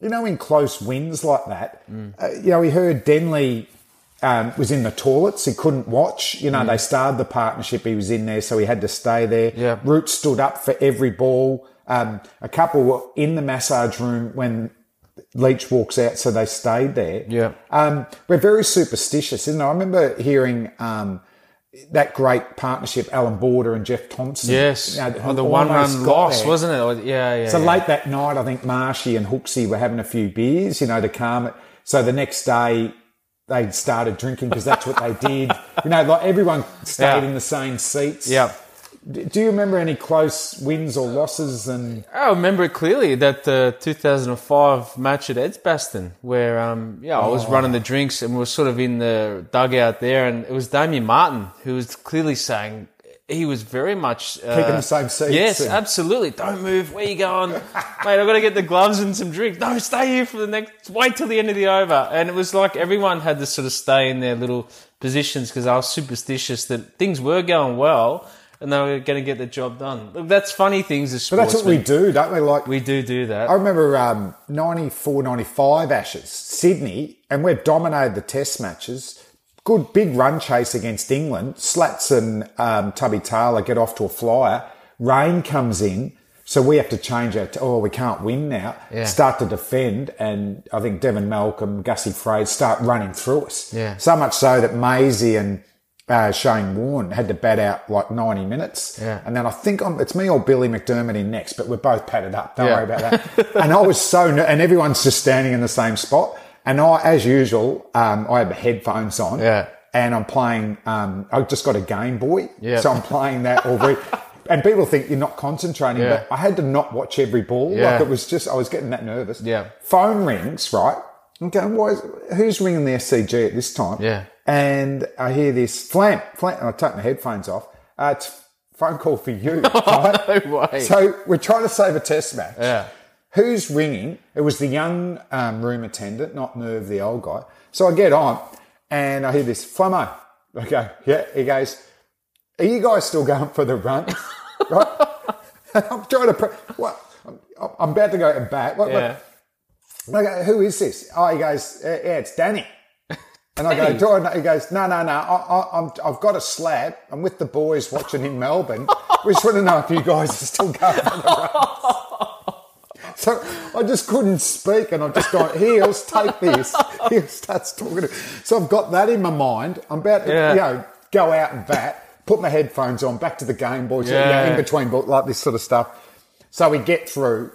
S3: you know, in close wins like that,
S4: Mm.
S3: uh, you know, we heard Denley um, was in the toilets. He couldn't watch. You know,
S4: Mm.
S3: they started the partnership. He was in there, so he had to stay there.
S4: Yeah.
S3: Root stood up for every ball. Um, a couple were in the massage room when Leach walks out, so they stayed there.
S4: Yeah.
S3: Um, we're very superstitious, isn't it? I remember hearing um, that great partnership, Alan Border and Jeff Thompson.
S4: Yes,
S3: you know,
S4: Oh,
S3: who
S4: the one
S3: Uh, almost
S4: run
S3: got
S4: loss
S3: there.
S4: wasn't it? Oh, Yeah, yeah.
S3: So
S4: yeah.
S3: late that night, I think Marshy and Hooksey were having a few beers, you know, to calm it. So the next day, they
S4: (laughs)
S3: started drinking because that's what they did. You know, like everyone stayed
S4: Yeah.
S3: in the same seats.
S4: Yeah.
S3: D- Do you remember any close wins or losses? And
S4: I remember it clearly that uh, 2005 match at Edsbaston, where um, yeah, I was running the
S3: Oh.
S4: drinks and we were sort of in the dugout there, and it was Damien Martin who was clearly saying he was very much uh,
S3: Keeping the same seats
S4: Yes,
S3: and-
S4: absolutely. Don't move. Where you going, mate? I've got to get the gloves and some drink. No, stay here for the next. Wait till the end of the over. And it was like everyone had to sort of stay in their little positions because I was superstitious that things were going well. And they were going to get the job done. Look, That's funny things as
S3: but that's what we do, don't we? Like
S4: we do do that.
S3: I remember um, 94, 95 Ashes, Sydney, and we've dominated the test matches. Good big run chase against England. Slats and um, Tubby Taylor get off to a flyer. Rain comes in. So we have to change our, t- oh, we can't win now.
S4: Yeah.
S3: Start to defend. And I think Devin Malcolm, Gussie Fraser start running through us.
S4: Yeah.
S3: So much so that Maisie and uh, Shane Warne had to bat out like 90 minutes.
S4: Yeah.
S3: And then I think i it's me or Billy McDermott in next, but we're both padded up. Don't
S4: Yeah.
S3: worry about that. (laughs) and I was so, ner- and everyone's just standing in the same spot. And I, as usual, um, I have headphones on.
S4: Yeah.
S3: And I'm playing, um, I just got a Game Boy.
S4: Yeah.
S3: So I'm playing that all
S4: (laughs)
S3: week. And people think you're not concentrating,
S4: Yeah.
S3: but I had to not watch every ball.
S4: Yeah.
S3: Like it was just, I was getting that nervous.
S4: Yeah.
S3: Phone rings, right? I'm going, why is, who's ringing the SCG at this time?
S4: Yeah.
S3: And I hear this flam, flam, and I take my headphones off. Uh, it's a phone call for
S4: (laughs)
S3: you. right?
S4: No way.
S3: So we're trying to save a test match.
S4: Yeah.
S3: Who's ringing? It was the young um, room attendant, not Merv, the old guy. So I get on and I hear this Flamo. I go, yeah. He goes, Are you guys still going for the run? (laughs) right? I'm trying to, pre- what? I'm, I'm about to go to bat. What, what-
S4: yeah.
S3: I go, who is this? Oh, he goes, "Eh, yeah, it's Danny. And I go, do I know? He goes, no, no, no. I, I, I'm, I've got a slab. I'm with the boys watching in Melbourne. We just want to know if you guys are still going for the runs. (laughs) So I just couldn't speak, and I've just gone, heels, take this. He starts talking. To, so I've got that in my mind. I'm about to,
S4: Yeah.
S3: you know, go out and bat, put my headphones on, back to the Game Boy, so, you know,
S4: Yeah.
S3: in between, ball- like this sort of stuff. So we get through,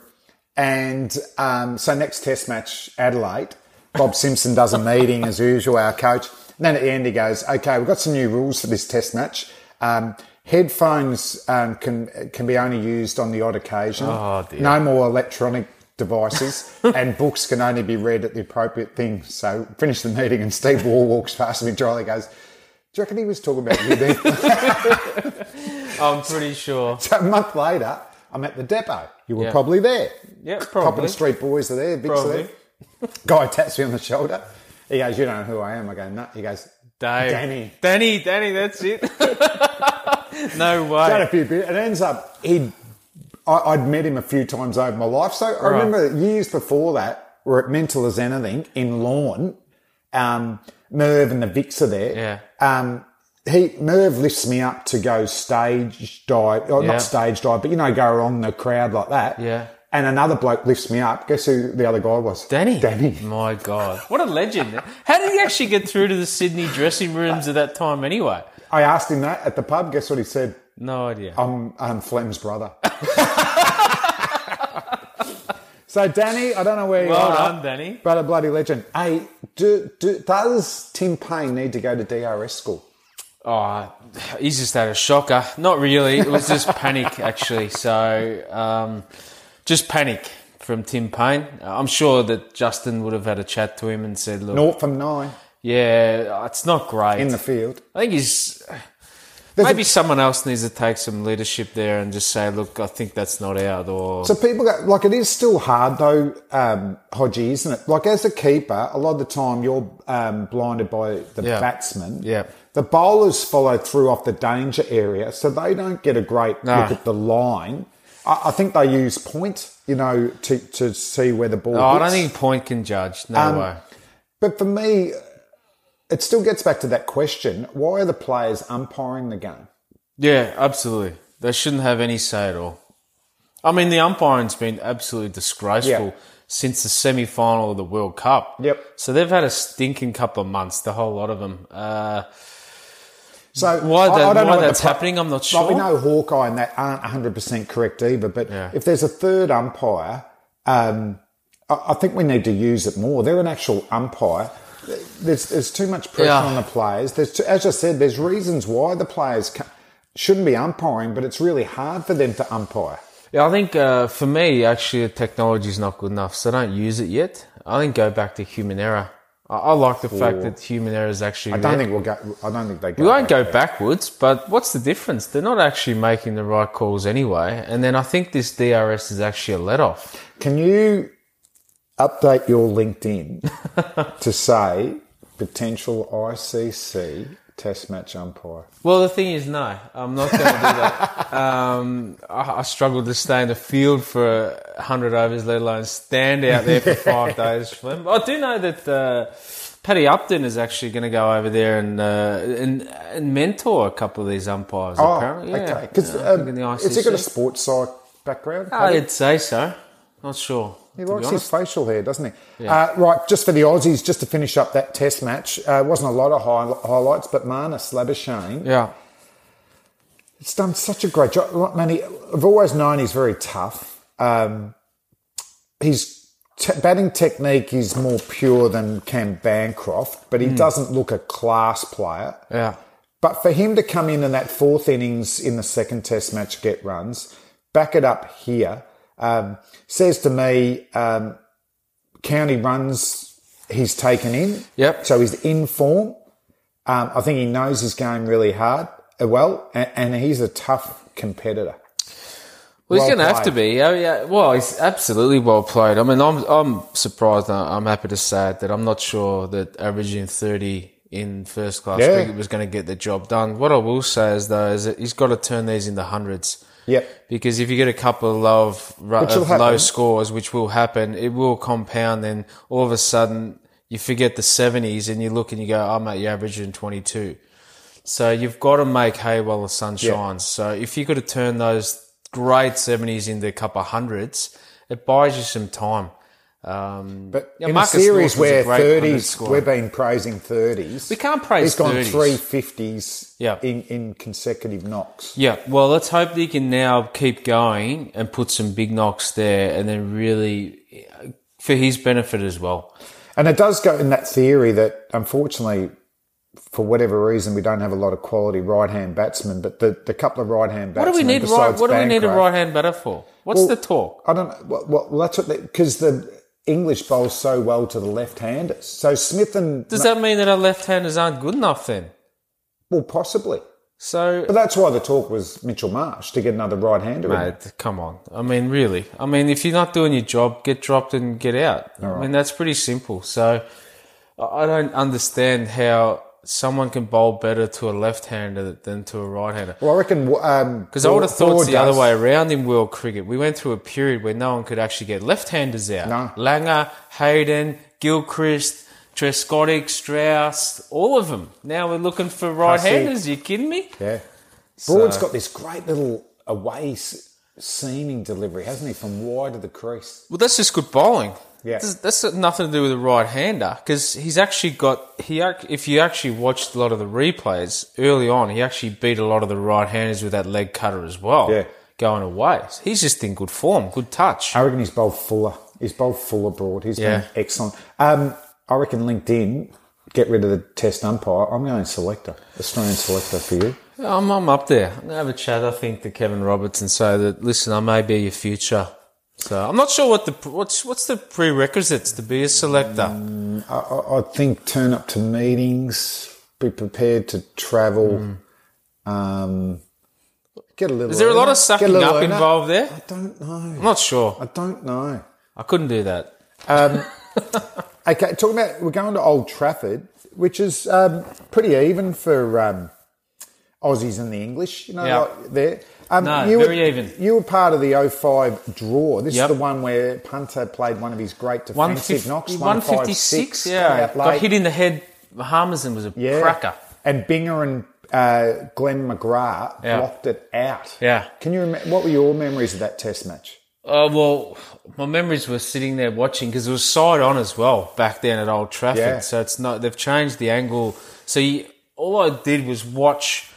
S3: and um, so next test match, Adelaide. Bob Simpson does a meeting as usual, our coach. And then at the end, he goes, "Okay, we've got some new rules for this test match. Um, headphones um, can can be only used on the odd occasion. No more electronic." Devices and books can only be read at the appropriate thing. So finish the meeting, and Steve Wall walks past me. Charlie goes, "Do you reckon he was talking about you then?"
S4: I'm pretty sure.
S3: (laughs) So a month later, I'm at the depot. You were
S4: Yeah.
S3: probably there.
S4: Yeah,
S3: Top of
S4: probably.
S3: the street boys are there. Vic's
S4: Probably.
S3: there. (laughs) Guy taps me on the shoulder. He goes, "You don't know who I am." I go, "No." He goes,
S4: Dave.
S3: Danny.
S4: Danny, Danny, that's it. (laughs) no
S3: "Had a
S4: way.
S3: few beers." It ends up he, I, I'd met him a few times over my life. So I remember years before that, we're at Mental as Anything in Lawn. Um, Merv and the Vicks are there.
S4: Yeah.
S3: Um, he Merv lifts me up to go stage dive, or
S4: Yeah.
S3: not stage dive, but you know, go along the crowd like that.
S4: Yeah.
S3: And another bloke lifts me up. Guess who the other guy was?
S4: Danny.
S3: Danny.
S4: My God. What a legend. How did he actually get through to the Sydney dressing rooms at that time anyway?
S3: I asked him that at the pub. Guess what he said?
S4: No idea.
S3: I'm, I'm Flem's brother. (laughs) so Danny, I don't know where you
S4: Well
S3: are.
S4: done, Danny.
S3: But a bloody legend. Hey, do, do, does Tim Payne need to go to DRS school?
S4: Oh, he's just had a shocker. Not really. It was just panic, actually. So, um, just panic from Tim Payne. I'm sure that Justin would have had a chat to him and said, look,
S3: Naught from nine
S4: yeah, it's not great.
S3: in the field.
S4: I think he's
S3: There's a-
S4: Maybe someone else needs to take some leadership there and just say, "Look, I think that's not out." Or
S3: So people go, like, it is still hard though, um, Hodgie, isn't it? Like, as a keeper, a lot of the time you're um, blinded by the
S4: Yeah.
S3: batsman.
S4: Yeah.
S3: The bowlers follow through off the danger area, so they don't get a great
S4: No.
S3: look at the line. I, I think they use point, you know, to, to see where the ball
S4: no, "Oh, I don't
S3: hits.
S4: think Point can judge. No
S3: Um,
S4: way.
S3: But for me, it still gets back to that question why are the players umpiring the game?
S4: Yeah, absolutely. They shouldn't have any say at all. I mean, the umpiring's been absolutely disgraceful
S3: Yeah.
S4: since the semi-final of the World Cup.
S3: Yep.
S4: So they've had a stinking couple of months. The whole lot of them. Uh,
S3: So I-
S4: Why
S3: I
S4: that-
S3: don't know
S4: why
S3: what the
S4: that's
S3: pro-
S4: happening, I'm not
S3: Like we
S4: sure.
S3: know Hawkeye and that aren't 100% correct either, but if there's a third umpire, um, I, I think we need to use it more. They're an actual umpire. There's, there's too much pressure
S4: Yeah.
S3: on the players. There's too, as I said, there's reasons why the players ca shouldn't be umpiring, but it's really hard for them to umpire.
S4: Yeah, I think uh, for me, actually, the technology is not good enough, so don't use it yet. I think go back to human error. I, I like the fact that human error is actually.
S3: I don't
S4: there.
S3: think we'll go. I don't think they go.
S4: We won't go
S3: there.
S4: backwards, but what's the difference? They're not actually making the right calls anyway. And then I think this DRS is actually a let off.
S3: Can you update your LinkedIn to say potential ICC test match umpire?
S4: Well, the thing is, no, I'm not going to do that. (laughs) Um, I, I struggled to stay in the field for 100 overs, let alone stand out there for (laughs) five days. Flem. I do know that uh, Paddy Upton is actually going to go over there and, uh, and and mentor a couple of these umpires, apparently. Yeah.
S3: Oh, okay. Because
S4: Yeah, I think in the
S3: is he got a
S4: ICC.
S3: sports psych background?
S4: I'd say so. Not sure.
S3: He
S4: to be
S3: likes
S4: honest.
S3: his facial hair, doesn't he? Uh, right, just for the Aussies, just to finish up that test match, uh, wasn't a lot of high- highlights, but Marnus Labuschagne,
S4: Yeah.
S3: it's done such a great job. Like Manny, I've always known he's very tough. Um, his t- batting technique is more pure than Cam Bancroft, but he doesn't look a class player.
S4: Yeah.
S3: But for him to come in in that fourth innings in the second test match, get runs, back it up here, um, says to me, um, county runs he's taken in.
S4: Yep.
S3: So he's in form. Um, I think he knows his game really hard uh, well, and, and he's a tough competitor.
S4: Well, he's
S3: well
S4: going to have to be. Yeah, yeah. Well, he's absolutely well played. I mean, I'm I'm surprised. I- I'm happy to say it, that I'm not sure that averaging 30 in first class
S3: Yeah.
S4: cricket was going to get the job done. What I will say is though is that he's got to turn these into hundreds.
S3: Yep.
S4: Because if you get a couple of low, of, ru-
S3: Which will
S4: of low
S3: happen.
S4: scores, which will happen, it will compound. Then all of a sudden, you forget the 70s and you look and you go, oh, mate, you're averaging 22. So you've got to make hay while the sun
S3: Yeah.
S4: shines. So if you could have turned those great 70s into a couple of hundreds, it buys you some time. Um,
S3: But
S4: yeah,
S3: in
S4: Marcus
S3: a series
S4: Lawson's a
S3: where
S4: great 100
S3: thirties,
S4: scorer.
S3: we've been praising thirties.
S4: We can't praise
S3: He's gone
S4: 30s.
S3: three fifties.
S4: Yeah.
S3: In in consecutive knocks.
S4: Yeah, well, let's hope that he can now keep going and put some big knocks there, and then really uh, for his benefit as well.
S3: And it does go in that theory that unfortunately, for whatever reason, we don't have a lot of quality right hand batsmen. But the, the couple of right hand
S4: What
S3: batsmen.
S4: do we need right?
S3: besides
S4: What do we need a
S3: Bancroft-
S4: right hand batter for? What's the talk?
S3: I don't know. Well, well well, that's what because the English bowls so well to the left handers. So Smith and
S4: Does that mean that our left handers aren't good enough then?
S3: well possibly.
S4: So,
S3: But that's why the talk was Mitchell Marsh to get another right hander.
S4: mate, come on. I mean, really. I mean, if you're not doing your job, get dropped and get out. I mean, that's pretty simple. So, I I don't understand how someone can bowl better to a left hander than to a right hander.
S3: Well, I reckon um, because
S4: Because I would have thought it's the other way around in world cricket. We went through a period where no one could actually get left-handers out.
S3: No.
S4: Langer, Hayden, Gilchrist, Trescottick, Strauss, all of them. Now we're looking for right-handers. You kidding me?
S3: Yeah. Broad's got this great little away s- seaming delivery, hasn't he? From wide to the crease.
S4: Well, that's just good bowling.
S3: Yeah.
S4: That's, that's got nothing to do with a right-hander because he's actually got he. ac- If you actually watched a lot of the replays early on, he actually beat a lot of the right-handers with that leg cutter as well.
S3: Yeah.
S4: Going away, he's just in good form, good touch.
S3: I reckon he's bowled Fuller. He's bowled Fuller broad. He's
S4: Yeah.
S3: been excellent. Um, I reckon LinkedIn get rid of the test umpire. I'm going selector, Australian selector for you.
S4: I'm, I'm up there. I'm gonna have a chat. I think to Kevin Roberts and say that listen, I may be your future. So I'm not sure what the what's what's the prerequisites to be a selector.
S3: I, I, I think turn up to meetings, be prepared to travel. Um, get a little.
S4: Hmm. Is there a lot
S3: earner.
S4: of sucking
S3: Get a little
S4: up
S3: earner.
S4: involved there?
S3: I don't know.
S4: I'm not sure.
S3: I don't know.
S4: I couldn't do that.
S3: Okay, talking about we're going to Old Trafford, which is um, pretty even for um, Aussies and the English. You know,
S4: Yeah.
S3: like there. Um,
S4: No,
S3: you
S4: very
S3: were,
S4: even.
S3: You were part of the 05 draw. This
S4: Yep.
S3: is the one where Punter played one of his great
S4: One
S3: defensive knocks.
S4: fifty-one fifty-six. Yeah,
S3: out
S4: got
S3: late.
S4: hit in the head. Harmison was a
S3: Yeah.
S4: cracker.
S3: And Binger and uh, Glenn McGrath
S4: Yeah.
S3: blocked it out.
S4: Yeah.
S3: Can you remember what were your memories of that Test match?
S4: Oh well, my memories were sitting there watching because it was side on as well back then at Old Trafford.
S3: Yeah.
S4: So it's not they've changed the angle. So you, all I did was watch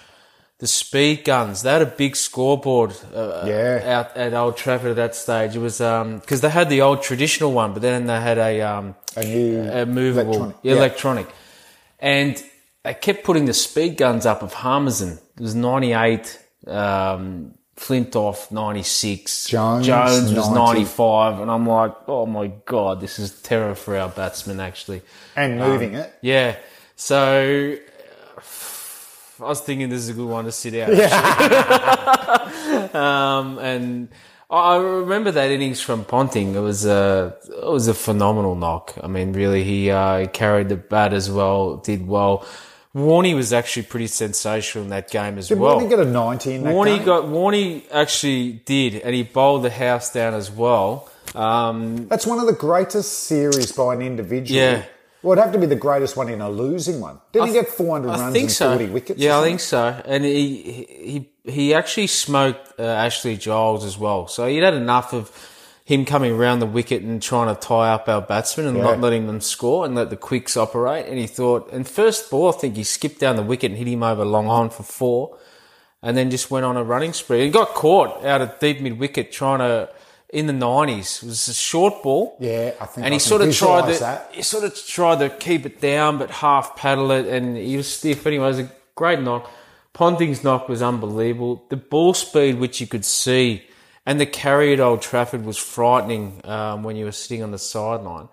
S4: the speed guns. They had a big scoreboard. Uh,
S3: Yeah.
S4: Out at Old Trafford at that stage, it was um because they had the old traditional one, but then they had a um
S3: A new
S4: a movable
S3: electronic.
S4: yeah,
S3: Yeah.
S4: electronic, and they kept putting the speed guns up of Harmison. It was ninety eight. um, Flintoff 96.
S3: Jones,
S4: was
S3: 90.
S4: 95. And I'm like, oh my God, this is terror for our batsmen, actually.
S3: and
S4: Um,
S3: moving it.
S4: Yeah. So uh, I was thinking this is a good one to sit out. (laughs) um, and I I remember that innings from Ponting. It was a it was a phenomenal knock. I mean, really, he uh, carried the bat as well. Did well. Warney was actually pretty sensational in that game as
S3: Did
S4: well.
S3: Warney get a 90 in that
S4: Warney
S3: game?
S4: got Warney actually did, and he bowled the house down as well. Um,
S3: That's one of the greatest series by an individual.
S4: Yeah.
S3: Well, it'd have to be the greatest one in a losing one. Didn't he get 400 runs and 40 wickets? or
S4: Yeah, I
S3: something?
S4: think so. And he he he- he actually smoked uh, Ashley Giles as well. So he'd had enough of him coming around the wicket and trying to tie up our batsmen and not
S3: Yeah.
S4: letting them score and let the quicks operate. And he thought, and first ball, I think he skipped down the wicket and hit him over long on for four, and then just went on a running spree and got caught out of deep mid wicket trying to. In the nineties, it was a short ball.
S3: Yeah, I think
S4: And
S3: I
S4: he
S3: can
S4: sort of tried
S3: visualise
S4: to,
S3: that.
S4: he sort of tried to keep it down, but half paddle it, and he was stiff. Anyway, it was a great knock. Ponting's knock was unbelievable. The ball speed, which you could see, and the carry at Old Trafford was frightening um, when you were sitting on the sideline.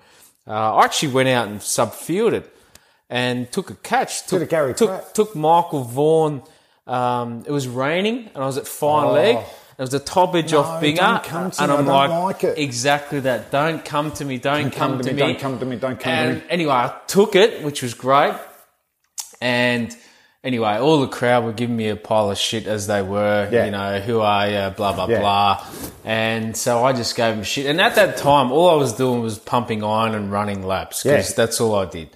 S4: Uh, I actually went out and subfielded it and took a catch. Took,
S3: a Gary
S4: took,
S3: Pratt.
S4: took Michael Vaughan. Um, it was raining, and I was at fine leg. It was the top edge off
S3: Oh. No,
S4: Binger,
S3: don't come to
S4: and
S3: me,
S4: I'm
S3: I
S4: like,
S3: don't like it.
S4: exactly that. Don't come to me. Don't
S3: Don't
S4: come, to me.
S3: Don't come to me. Don't come
S4: and
S3: to me.
S4: anyway, I took it, which was great. And anyway, all the crowd were giving me a pile of shit as they were.
S3: Yeah.
S4: You know, who are you? Blah blah
S3: Yeah.
S4: blah. And so I just gave them shit. And at that time, all I was doing was pumping iron and running laps because
S3: Yeah.
S4: that's all I did.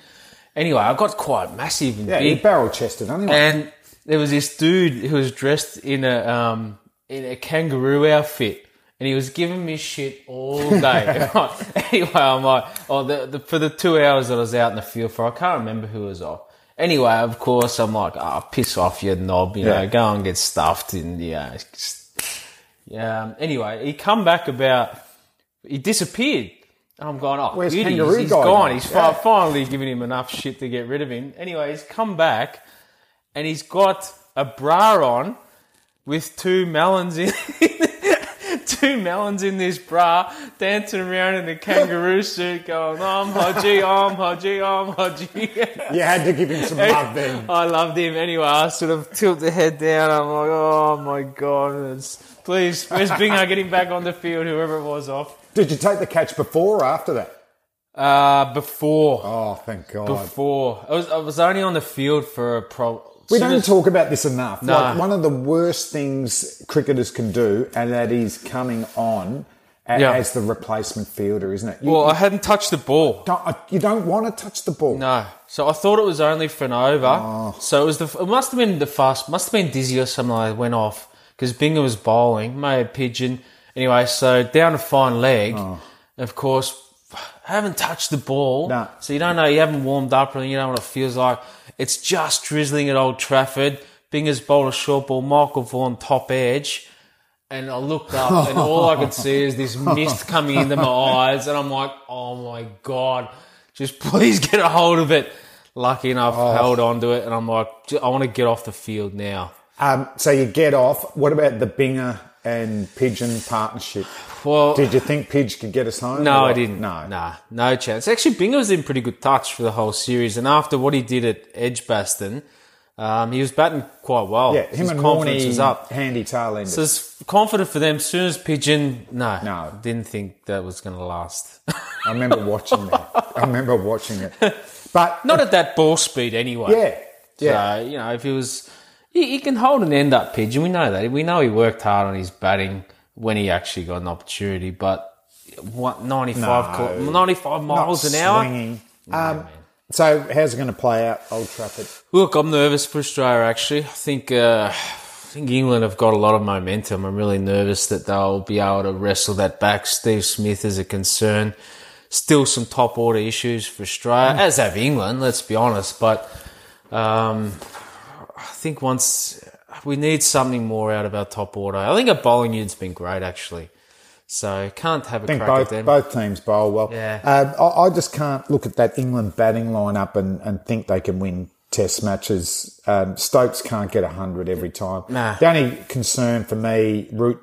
S4: Anyway, I got quite massive and
S3: Yeah, he
S4: big.
S3: barrel chested anyway.
S4: And there was this dude who was dressed in a um, in a kangaroo outfit, and he was giving me shit all day. (laughs) anyway, I'm like, oh, the, the, for the two hours that I was out in the field for, I can't remember who was off. Anyway, of course, I'm like, ah, piss off, you knob, you
S3: Yeah.
S4: know, go and get stuffed, and yeah, yeah. Um, anyway, he come back about, he disappeared. And I'm going, oh,
S3: Where's
S4: beauty, he's-
S3: kangaroo
S4: he's
S3: guy,
S4: gone.
S3: mate?
S4: He's fi-
S3: Yeah.
S4: finally given him enough shit to get rid of him. Anyway, he's come back and he's got a bra on with two melons in (laughs) two melons in this bra dancing around in
S3: (laughs)
S4: a kangaroo suit going I'm Hodgie, I'm Hodgie, I'm
S3: (laughs)
S4: Hodgie.
S3: you had to give him
S4: (laughs)
S3: some love then.
S4: I loved him anyway. I sort of tilt the head down. I'm like, oh my god, it's- please, where's Bingo? Get him back on the field, whoever it was off.
S3: Did you take the catch before or after that?
S4: Uh, before,
S3: Oh, thank God.
S4: before I was, I was only on the field for a pro.
S3: we
S4: soon
S3: don't
S4: as-
S3: talk about this enough.
S4: No.
S3: Like one of the worst things cricketers can do, and that is coming on a-
S4: Yeah.
S3: as the replacement fielder, isn't it? You,
S4: Well, I hadn't touched the ball.
S3: don't, uh, you don't want to touch the ball.
S4: No. So I thought it was only for an over.
S3: Oh.
S4: So it was the. It must have been the fast. Must have been dizzy or something. Like that went off because Binger was bowling. May have pigeon. Anyway, so down a fine leg.
S3: Oh.
S4: Of course, I haven't touched the ball.
S3: No.
S4: So you don't know. You haven't warmed up, and you don't know what it feels like. It's just drizzling at Old Trafford. Binger's bowled a short ball. Michael Vaughan top edge. And I looked up, and all I could see is
S3: (laughs)
S4: this mist coming into my eyes, and I'm like, "Oh my god, just please get a hold of it." Lucky enough,
S3: Oh.
S4: held on to it, and I'm like, "J- "I want to get off the field now."
S3: Um, so you get off. What about the Binger and Pigeon partnership?
S4: Well,
S3: Did you think Pidge could get us home?
S4: no,
S3: Or-
S4: I didn't.
S3: No.
S4: nah, no chance. Actually, Binger was in pretty good touch for the whole series, and after what he did at Edgebaston, um, he was batting quite well.
S3: Yeah, him
S4: His
S3: and
S4: confidence
S3: Morney
S4: was up.
S3: handy tail enders.
S4: So it's confident for them. Soon as Pigeon, no,
S3: No.
S4: didn't think that was going to last. (laughs)
S3: I remember watching that. I remember watching it. But
S4: (laughs) Not at that ball speed, anyway.
S3: (laughs) yeah, yeah.
S4: So, you know, if he was, he, he can hold an end up pigeon. We know that. We know he worked hard on his batting when he actually got an opportunity, but what, 95,
S3: No.
S4: kil- 95 miles an hour?
S3: swinging. Um, so how's it going to play out, Old Trafford?
S4: Look, I'm nervous for Australia, actually. I think, uh, I think England have got a lot of momentum. I'm really nervous that they'll be able to wrestle that back. Steve Smith is a concern. Still some top order issues for
S3: Mm.
S4: Australia, as have England, let's be honest. But um, I think once we need something more out of our top order. I think our bowling unit's been great, actually. So can't have a
S3: I think
S4: crack at
S3: both
S4: them.
S3: both teams bowl well. Uh,
S4: Yeah.
S3: Um, I, I just can't look at that England batting lineup and, and think they can win test matches. Um, Stokes can't get 100 every time. The only concern for me, Root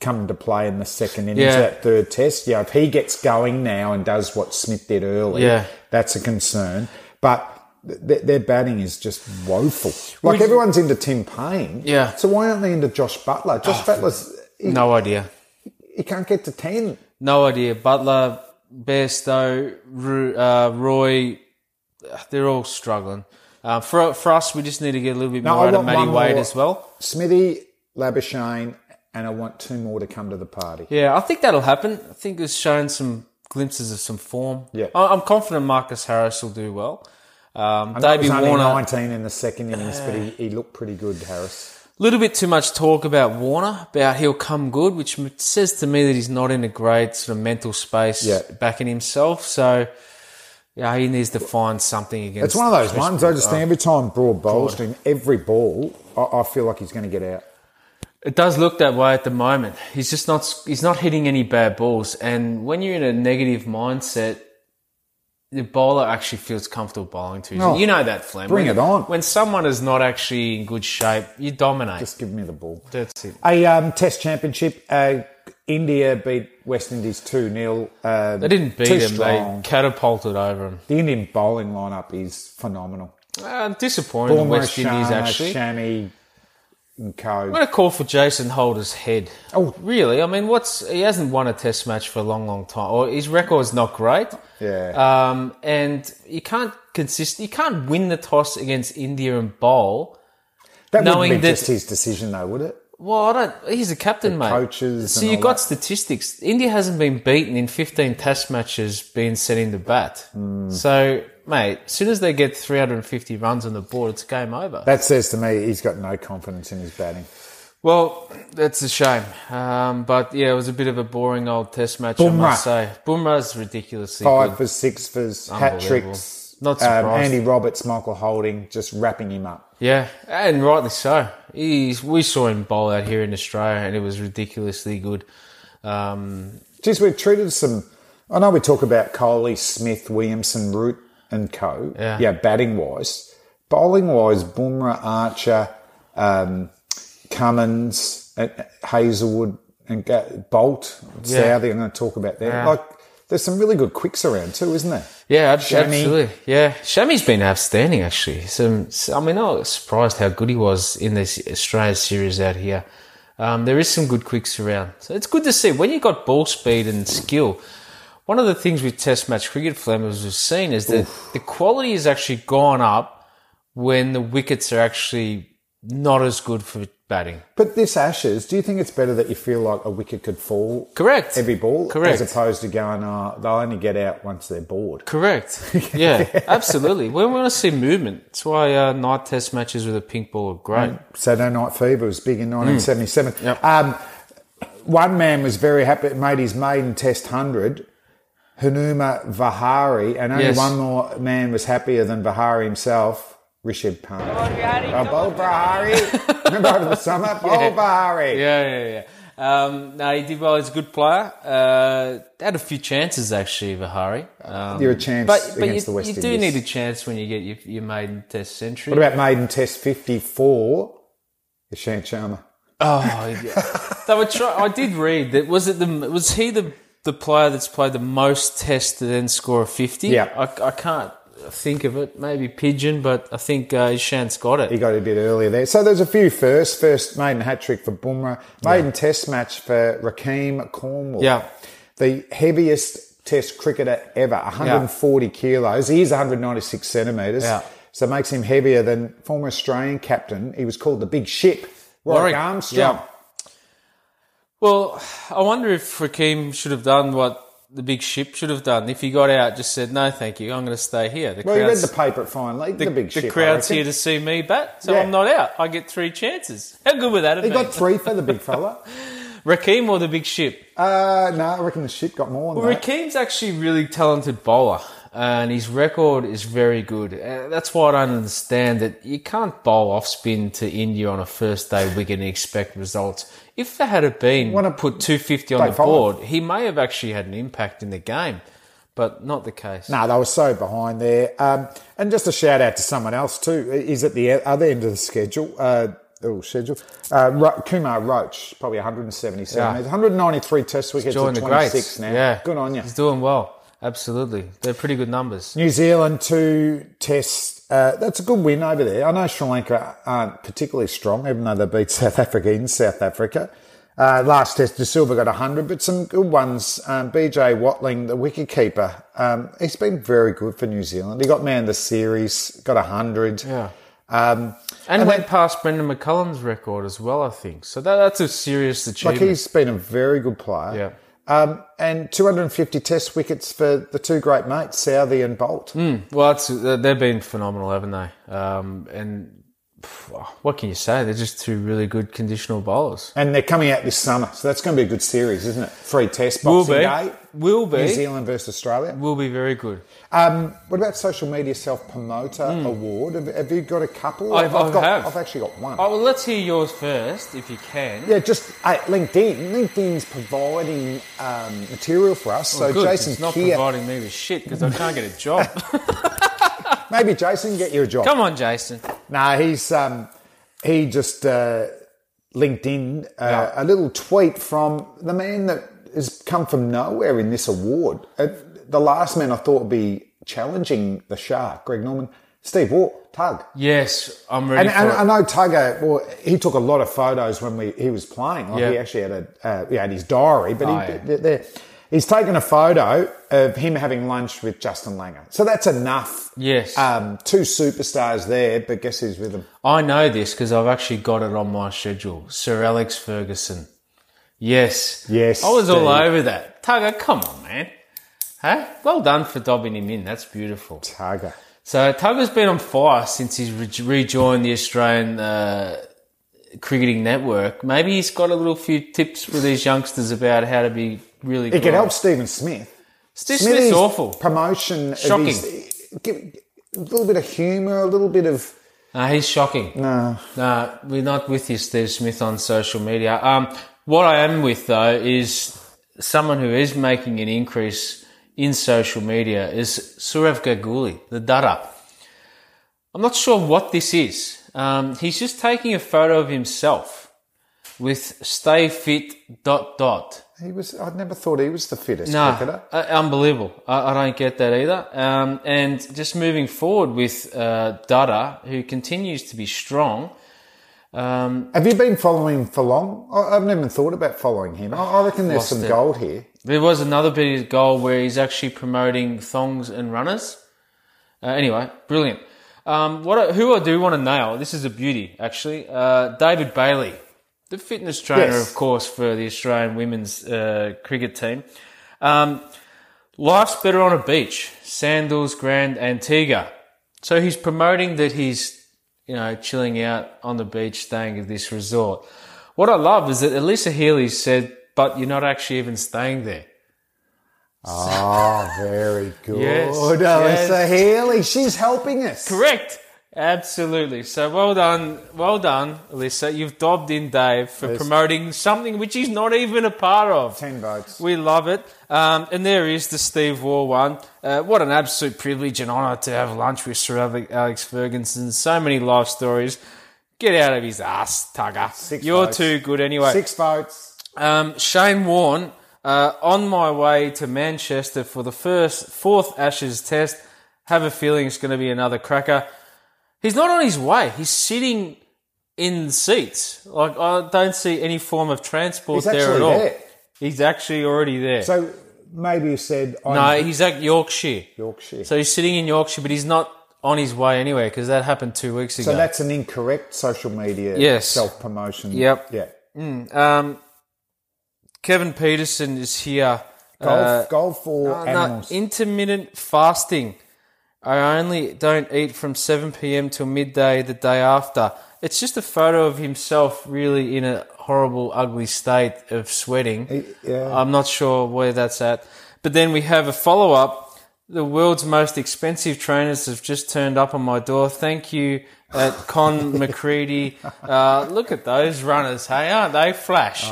S3: come to play in the second innings,
S4: Yeah.
S3: that third test. Yeah, if he gets going now and does what Smith did early,
S4: Yeah.
S3: that's a concern. But th- th- their batting is just woeful. Like everyone's into Tim Payne.
S4: Yeah. Oh.
S3: So why aren't they into Josh Butler? Josh Butler's, he,
S4: No idea.
S3: he can't get to 10.
S4: No idea. Butler, Bairstow, Ru- uh, Roy, they're all struggling. Uh, for for us, we just need to get a little bit
S3: No,
S4: more
S3: I
S4: out of
S3: want
S4: Matty
S3: one
S4: Wade
S3: more.
S4: as well.
S3: Smithy, Labashane, and I want two more to come to the party.
S4: Yeah, I think that'll happen. I think it's shown some glimpses of some form.
S3: Yeah.
S4: I- I'm confident Marcus Harris will do well. Um,
S3: I know he
S4: Davey
S3: was only
S4: Warner,
S3: 19 in the second innings, but he, he looked pretty good, Harris.
S4: little bit too much talk about Warner, about he'll come good, which m- says to me that he's not in a great sort of mental space
S3: Yeah.
S4: back in himself. So, yeah, he needs to find something against.
S3: It's one of those ones. I just
S4: Oh.
S3: think every time Broad bowls to him, every ball, I, I feel like he's going to get out.
S4: It does look that way at the moment. He's just not he's not hitting any bad balls, and when you're in a negative mindset, the bowler actually feels comfortable bowling to you.
S3: No.
S4: you know that, Flem.
S3: Oh, Bring
S4: When-
S3: it on.
S4: When someone is not actually in good shape, you dominate.
S3: Just give me the ball.
S4: That's it.
S3: A um, Test Championship. Uh, India beat West Indies 2 0. Um,
S4: They didn't beat
S3: too
S4: him.
S3: strong.
S4: They catapulted over him.
S3: The Indian bowling lineup is phenomenal.
S4: Uh, disappointed in
S3: Bormo,
S4: West Indies
S3: Sharma,
S4: actually.
S3: Shami, and
S4: I'm
S3: Co.
S4: going to call for Jason Holder's head.
S3: Oh.
S4: really? I mean, what's he hasn't won a Test match for a long, long time, or his record's not great.
S3: Yeah.
S4: Um, and you can't consist. You can't win the toss against India and bowl.
S3: that
S4: knowing
S3: wouldn't be
S4: that-
S3: just his decision, though, would it?
S4: Well, I don't. He's a captain, mate.
S3: coaches
S4: So
S3: and
S4: you
S3: all
S4: got
S3: that.
S4: statistics. India hasn't been beaten in 15 Test matches being set into bat.
S3: Hmm.
S4: So, mate, as soon as they get 350 runs on the board, it's game over.
S3: That says to me he's got no confidence in his batting.
S4: Well, that's a shame. Um, but yeah, it was a bit of a boring old test match, I must
S3: Bumrah.
S4: say. Boomer's ridiculously
S3: Five
S4: good.
S3: for six for hat tricks. Um,
S4: Unbelievable. Not surprised.
S3: Andy Roberts, Michael Holding, just wrapping him up.
S4: Yeah, and rightly so. He's, we saw him bowl out here in Australia, and it was ridiculously good. Um,
S3: Geez, we've treated some. I know we talk about Coley, Smith, Williamson, Root, and Co.
S4: Yeah.
S3: batting wise, bowling wise, Boomer, Archer, um, Cummins, uh, Hazelwood, and Ga- Bolt, Southey. I'm going to talk about them.
S4: Yeah.
S3: Like, there's some really good quicks around too, isn't there?
S4: yeah, ab-
S3: Shami.
S4: absolutely. Yeah, Shami's been outstanding actually. Some, I mean, I was surprised how good he was in this Australia series out here. Um, there is some good quicks around, so it's good to see when you got ball speed and skill. One of the things with Test match cricket, Flammers, we've seen is that the quality has actually gone up when the wickets are actually not as good for batting.
S3: But this Ashes, do you think it's better that you feel like a wicket could fall
S4: Correct.
S3: every ball,
S4: Correct.
S3: as opposed to going, oh, they'll only get out once they're bored? (laughs)
S4: Correct. Yeah, absolutely. We want to see movement. That's why uh, night test matches with a pink ball are great.
S3: Saturday Night Fever was big
S4: Mm.
S3: in 1977. Um, one man was very happy, made his maiden Test 100, Hanuma Vihari, and only
S4: Yes.
S3: one more man was happier than Vihari himself, Rishabh Pant. Oh, Bol Vihari.
S4: (laughs)
S3: Remember over the summer? Bol Vihari.
S4: Yeah, yeah, yeah. Um, no, he did well. He's a good player. Uh, had a few chances actually, Vihari. Um,
S3: You're a chance
S4: but, but
S3: against the
S4: you,
S3: West
S4: you do
S3: Indies.
S4: need a chance when you get your, your maiden test century.
S3: What about maiden Test 54? Ishant Sharma.
S4: Oh, yeah. they were try- I did read that. Was it the? Was he the the player that's played the most tests to then score a fifty?
S3: Yeah.
S4: I, I can't think of it. Maybe Pigeon, but I think uh, Ishant's got it.
S3: He got it a bit earlier there. So there's a few firsts. First maiden hat trick for Bumrah, maiden test match for Rakeem Cornwall.
S4: Yeah.
S3: The heaviest test cricketer ever, 140 kilos. He is 196 centimetres.
S4: Yeah.
S3: So it makes him heavier than former Australian captain. He was called the big ship,
S4: Warwick,
S3: Warwick Armstrong.
S4: yeah. Well, I wonder if Raheem should have done what the big ship should have done. If he got out, just said no, thank you. I'm going to stay here. The
S3: Well, you read
S4: crowd's,
S3: the paper at Fine League, the, big ship. I
S4: crowd's
S3: reckon.
S4: here to see me bat, so
S3: Yeah.
S4: I'm not out. I get three chances. How good would that have
S3: He
S4: been?
S3: got three for the big fella.
S4: Raheem or the big ship?
S3: Uh, no, I reckon the ship got more than
S4: Well,
S3: that.
S4: Rakeem's actually a really talented bowler, and his record is very good. And that's why I don't understand that you can't bowl off spin to India on a first day wicket and expect results. If they had have been
S3: Wanna
S4: put 250
S3: play
S4: on the
S3: forward.
S4: board, he may have actually had an impact in the game. but not the case.
S3: No, they were so behind there. Um, and just a shout out to someone else too. Is at the e, other end of the schedule. Uh, oh, schedule. Uh, Ro- Kumar Roach, probably 177.
S4: Yeah.
S3: He's 193 test wickets at
S4: Join the
S3: 26
S4: greats.
S3: now.
S4: Yeah,
S3: Good on you.
S4: He's doing well. Absolutely, they're pretty good numbers.
S3: New Zealand two tests. Uh, that's a good win over there. I know Sri Lanka aren't particularly strong, even though they beat (laughs) South Africa in South Africa. Uh, last test, De Silva got 100, but some good ones. Um, BJ Watling, the wicketkeeper, um, he's been very good for New Zealand. He got man of the series, got 100.
S4: Yeah.
S3: Um,
S4: And,
S3: And
S4: went past Brendan McCullum's record as well, I think. So that, that's a serious
S3: like
S4: achievement.
S3: he's been a very good player.
S4: yeah.
S3: Um, and 250 test wickets for the two great mates, Southey and Bolt.
S4: Well, it's, they've been phenomenal, haven't they? Um, and pff, what can you say? They're just two really good conditional bowlers.
S3: And they're coming out this summer, so that's going to be a good series, isn't it? Free test, Boxing
S4: will be.
S3: Day,
S4: Will be.
S3: New Zealand versus Australia.
S4: Will be very good.
S3: Um, what about Social Media Self Promoter Award? Have, have you got a couple?
S4: Hmm. I've- I
S3: got,
S4: have.
S3: I've actually got one.
S4: Oh, well, let's hear yours first, if you can.
S3: Yeah, just hey, LinkedIn. LinkedIn's providing um, material for us.
S4: Well,
S3: so
S4: Oh, good, 'cause
S3: Jason
S4: it's not
S3: Keir-
S4: providing me with shit because I can't get a job. (laughs)
S3: maybe Jason get you a job.
S4: Come on, Jason.
S3: No, he's um, he just uh, LinkedIn uh, a little tweet from the man that has come from nowhere in this award. Uh, the last man I thought would be challenging the shark, Greg Norman, Steve Waugh, Tug.
S4: Yes, I'm ready
S3: And,
S4: for
S3: and
S4: it.
S3: I know Tugger. Well, he took a lot of photos when we he was playing. Like
S4: Yeah.
S3: he actually had a uh, he had his diary, but
S4: Oh,
S3: he,
S4: yeah.
S3: th- there- he's taken a photo of him having lunch with Justin Langer. So that's enough.
S4: Yes.
S3: um, two superstars there, but guess who's with him?
S4: I know this because I've actually got it on my schedule. Sir Alex Ferguson. Yes.
S3: Yes,
S4: I was all
S3: Steve.
S4: over that. Tugger, come on, man. Huh? Well done for dobbing him in. That's beautiful.
S3: Tugger.
S4: So Tugger's been on fire since he's re- rejoined the Australian uh, cricketing network. Maybe he's got a little few tips for these youngsters about how to be really
S3: It
S4: good.
S3: could help Stephen Smith.
S4: Steve Smith's awful.
S3: Promotion. of
S4: Shocking.
S3: his- give- a little bit of humour, a little bit of.
S4: No, he's shocking. No. No, we're not with you, Steve Smith, on social media. Um, what I am with, though, is someone who is making an increase in social media is Surav Ganguly, the Dada. I'm not sure what this is. Um, he's just taking a photo of himself with stay fit dot dot.
S3: He was. I never thought he was the fittest cricketer.
S4: Uh, unbelievable. I, I don't get that either. Um, and just moving forward with uh, Dada, who continues to be strong. Um,
S3: Have you been following him for long? I, I've never thought about following him. I, I reckon there's
S4: Lost
S3: some
S4: it.
S3: gold
S4: (laughs)
S3: here.
S4: there was another bit of his goal where he's actually promoting thongs and runners. Uh, anyway, brilliant. Um, what I, who I do want to nail, this is a beauty actually, uh, David Bailey, the fitness trainer,
S3: Yes.
S4: of course, for the Australian women's uh, cricket team. Um, Life's better on a beach, Sandals, Grand Antigua. So he's promoting that he's, you know, chilling out on the beach, staying at this resort. What I love is that Elisa Healy said, but you're not actually even staying there.
S3: Oh, very good. Oh,
S4: Yes,
S3: Alyssa
S4: yes.
S3: Healy, she's helping us.
S4: Correct. Absolutely. So well done, well done, Elisa. You've dobbed in Dave for promoting something which he's not even a part of.
S3: Ten votes.
S4: We love it. Um, and there is the Steve Waugh one. Uh, what an absolute privilege and honour to have lunch with Sir Ale- Alex Ferguson. So many life stories. Get out of his ass, Tugger.
S3: Six
S4: You're
S3: votes.
S4: too good anyway.
S3: Six votes.
S4: Um, Shane Warne, uh, on my way to Manchester for the first fourth Ashes test. Have a feeling it's going to be another cracker. He's not on his way. He's sitting in seats. Like I don't see any form of transport
S3: He's
S4: there at
S3: actually
S4: all.
S3: there.
S4: He's actually already there.
S3: So maybe you said I'm
S4: no, he's at Yorkshire.
S3: Yorkshire. So,
S4: So he's sitting in Yorkshire, but he's not on his way anyway because that happened two weeks ago.
S3: that's an incorrect social media
S4: Yes.
S3: self promotion.
S4: Yep.
S3: Yeah.
S4: um, Kevin Peterson is here.
S3: Golf,
S4: Uh,
S3: golf or
S4: Uh, no,
S3: animals.
S4: intermittent fasting. I only don't eat from 7 p.m. till midday the day after. It's just a photo of himself really in a horrible, ugly state of sweating.
S3: yeah.
S4: I'm not sure where that's at. But then we have a follow up The world's most expensive trainers have just turned up on my door. Thank you at
S3: (laughs)
S4: Con McCready. Uh, look at those runners, hey, aren't they flash?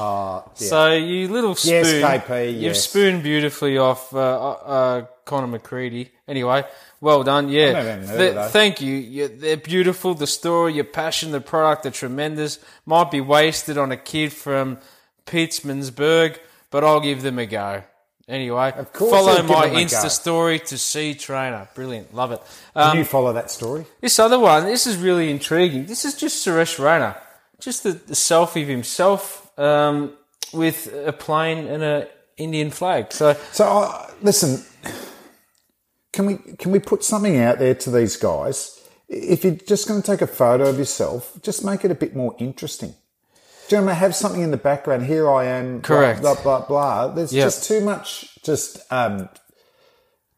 S4: So you little spoon,
S3: Oh, Yes, KP,
S4: you've
S3: yes.
S4: spooned beautifully off uh, uh, Conor McCready. Anyway, well done. Yeah,
S3: never even heard
S4: Th-
S3: of those.
S4: thank you. you. They're beautiful. The story, your passion, the product are tremendous. Might be wasted on a kid from Pittsburgh, but I'll give them a go. Anyway,
S3: Of course
S4: follow
S3: you'll give
S4: my
S3: them a
S4: Insta
S3: go.
S4: story to see trainer. Brilliant, love it. Um,
S3: Can you follow that story?
S4: This other one, this is really intriguing. This is just Suresh Raina, just the, the selfie of himself um, with a plane and a Indian flag. So
S3: So uh, listen, can we can we put something out there to these guys? If you're just going to take a photo of yourself, just make it a bit more interesting. Do you know, what I mean? have something in the background. Here I am. blah,
S4: Correct.
S3: Blah blah blah. There's
S4: Yeah.
S3: just too much. Just um,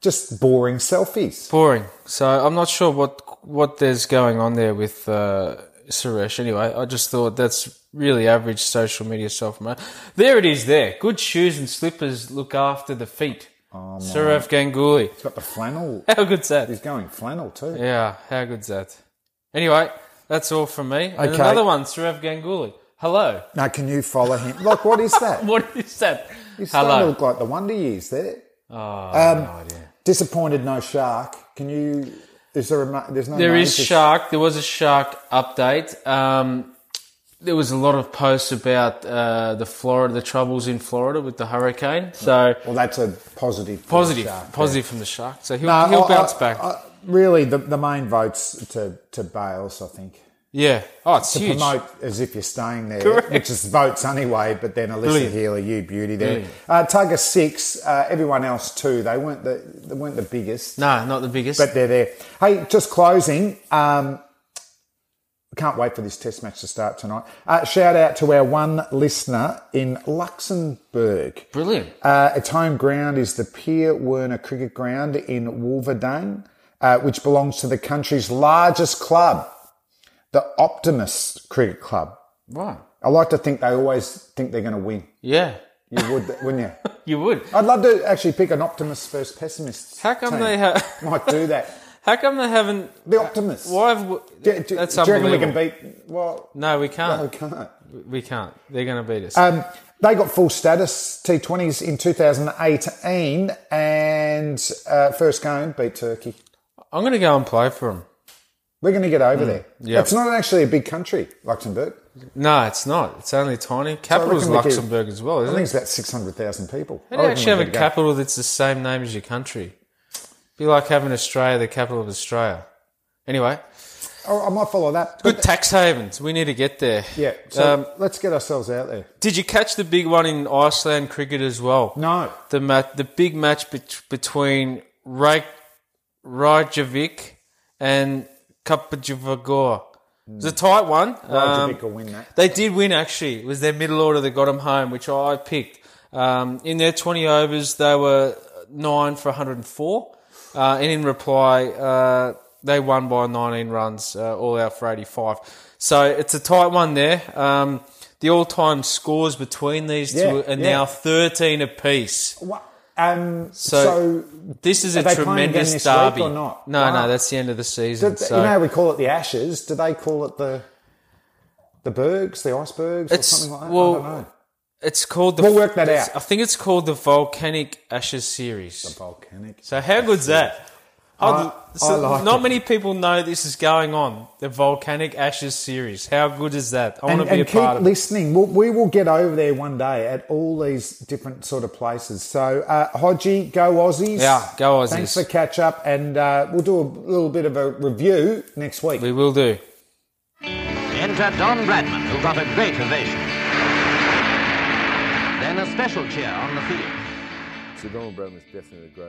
S3: just boring selfies.
S4: boring. So I'm not sure what what there's going on there with uh, Suresh. Anyway, I just thought that's really average social media self promotion. There it is. There, good shoes and slippers look after the feet. Oh, Suraf Ganguly. (laughs)
S3: He's got the flannel.
S4: How good's that?
S3: He's going flannel too.
S4: Yeah, how good's that? Anyway, that's all from me. And
S3: Okay.
S4: another one, Surav Ganguly. Hello. (laughs)
S3: Now, can you follow him? Like, what is that?
S4: What is that?
S3: He's starting to
S4: Hello.
S3: look like the Wonder Years there.
S4: Oh,
S3: Um,
S4: no idea.
S3: Disappointed, no shark. Can you? Is there a? ma- There's no.
S4: There
S3: name
S4: is
S3: for-
S4: shark. There was a shark update. Um, there was a lot of posts about uh, the Florida, the troubles in Florida with the hurricane. So
S3: Well, that's a positive. for
S4: positive,
S3: the shark.
S4: positive from the shark. So he'll,
S3: No,
S4: he'll
S3: I-
S4: bounce
S3: I-
S4: back.
S3: I- really, the, the main votes to to Bales, I think,
S4: yeah. Oh, it's
S3: to
S4: huge.
S3: promote as if you're staying there,
S4: Correct.
S3: which is votes anyway. But then Alyssa
S4: Brilliant.
S3: Healy, you beauty there.
S4: Brilliant.
S3: Uh, Tugger six, uh, everyone else two. They weren't the they weren't the biggest.
S4: No, not the biggest.
S3: But they're there. Hey, just closing. Um, can't wait for this test match to start tonight. Uh, shout out to our one listener in Luxembourg.
S4: Brilliant.
S3: Uh, its home ground is the Pier Werner Cricket Ground in Wolverdane, uh, which belongs to the country's largest club, the Optimist Cricket Club.
S4: Right.
S3: I like to think they always think they're going to win.
S4: Yeah,
S3: You would, (laughs) wouldn't you?
S4: you would.
S3: I'd love to actually pick an optimist versus pessimist.
S4: How come
S3: team.
S4: they ha-
S3: might do that?
S4: How come they haven't? (laughs)
S3: The optimist.
S4: Why have? w-
S3: Do, do,
S4: that's
S3: do you reckon
S4: unbelievable.
S3: we can beat? Well,
S4: No, we can't.
S3: no, we can't.
S4: We can't. They're going to beat us.
S3: Um, they got full status T20s in 2018, and uh, first game beat Turkey.
S4: I'm going to go and play for them.
S3: We're going to get over there.
S4: Hmm. yeah.
S3: It's not actually a big country, Luxembourg.
S4: No, it's not. It's only tiny. Capital's
S3: reckon we could-
S4: Luxembourg as well,
S3: I
S4: isn't
S3: think
S4: Oh, it?
S3: it's about 600,000 people. I
S4: How do you
S3: reckon
S4: actually
S3: we're
S4: have a
S3: good to go.
S4: capital that's the same name as your country? Be like having Australia the capital of Australia. Anyway,
S3: Oh, I might follow that.
S4: good
S3: But-
S4: tax havens. We need to get there.
S3: yeah, so
S4: um,
S3: let's get ourselves out there.
S4: did you catch the big one in Iceland cricket as well?
S3: No.
S4: The mat, the big match bet- between Raj- Rajavik and Kapajivagor. It was a tight one. Um,
S3: Djokovic will win that.
S4: They did win, actually. It was their middle order that got them home, which I picked. Um, in their 20 overs, they were 9 for 104. Uh, and in reply, uh, they won by 19 runs, uh, all out for 85. So it's a tight one there. Um, the all time scores between these
S3: Yeah,
S4: two are
S3: yeah.
S4: now 13 apiece.
S3: What? Um,
S4: So,
S3: so,
S4: This is
S3: Are
S4: a
S3: they playing again
S4: tremendous
S3: this week
S4: derby.
S3: or not?
S4: No,
S3: Wow.
S4: no, that's the end of the season.
S3: do th-
S4: so.
S3: you know how we call it the ashes? Do they call it the the bergs, the icebergs, or
S4: It's-
S3: something like that?
S4: well,
S3: I don't know.
S4: It's called the.
S3: We'll work that
S4: it's-
S3: out.
S4: I think it's called the Volcanic Ashes series.
S3: Volcanic.
S4: So how good's that? I'd-
S3: I
S4: so
S3: like
S4: not
S3: it.
S4: many people know this is going on. The Volcanic Ashes series. How good is that? I
S3: and,
S4: want to be a
S3: and keep
S4: part of it.
S3: listening. We'll, we will get over there one day at all these different sort of places. So, uh, Hodgie, go Aussies.
S4: Yeah, go Aussies.
S3: Thanks for catch up, and uh, we'll do a little bit of a review next week.
S4: We will do.
S6: Enter Don Bradman, who got a great ovation. Then a special cheer on the field.
S7: So Donald Brown is definitely a great.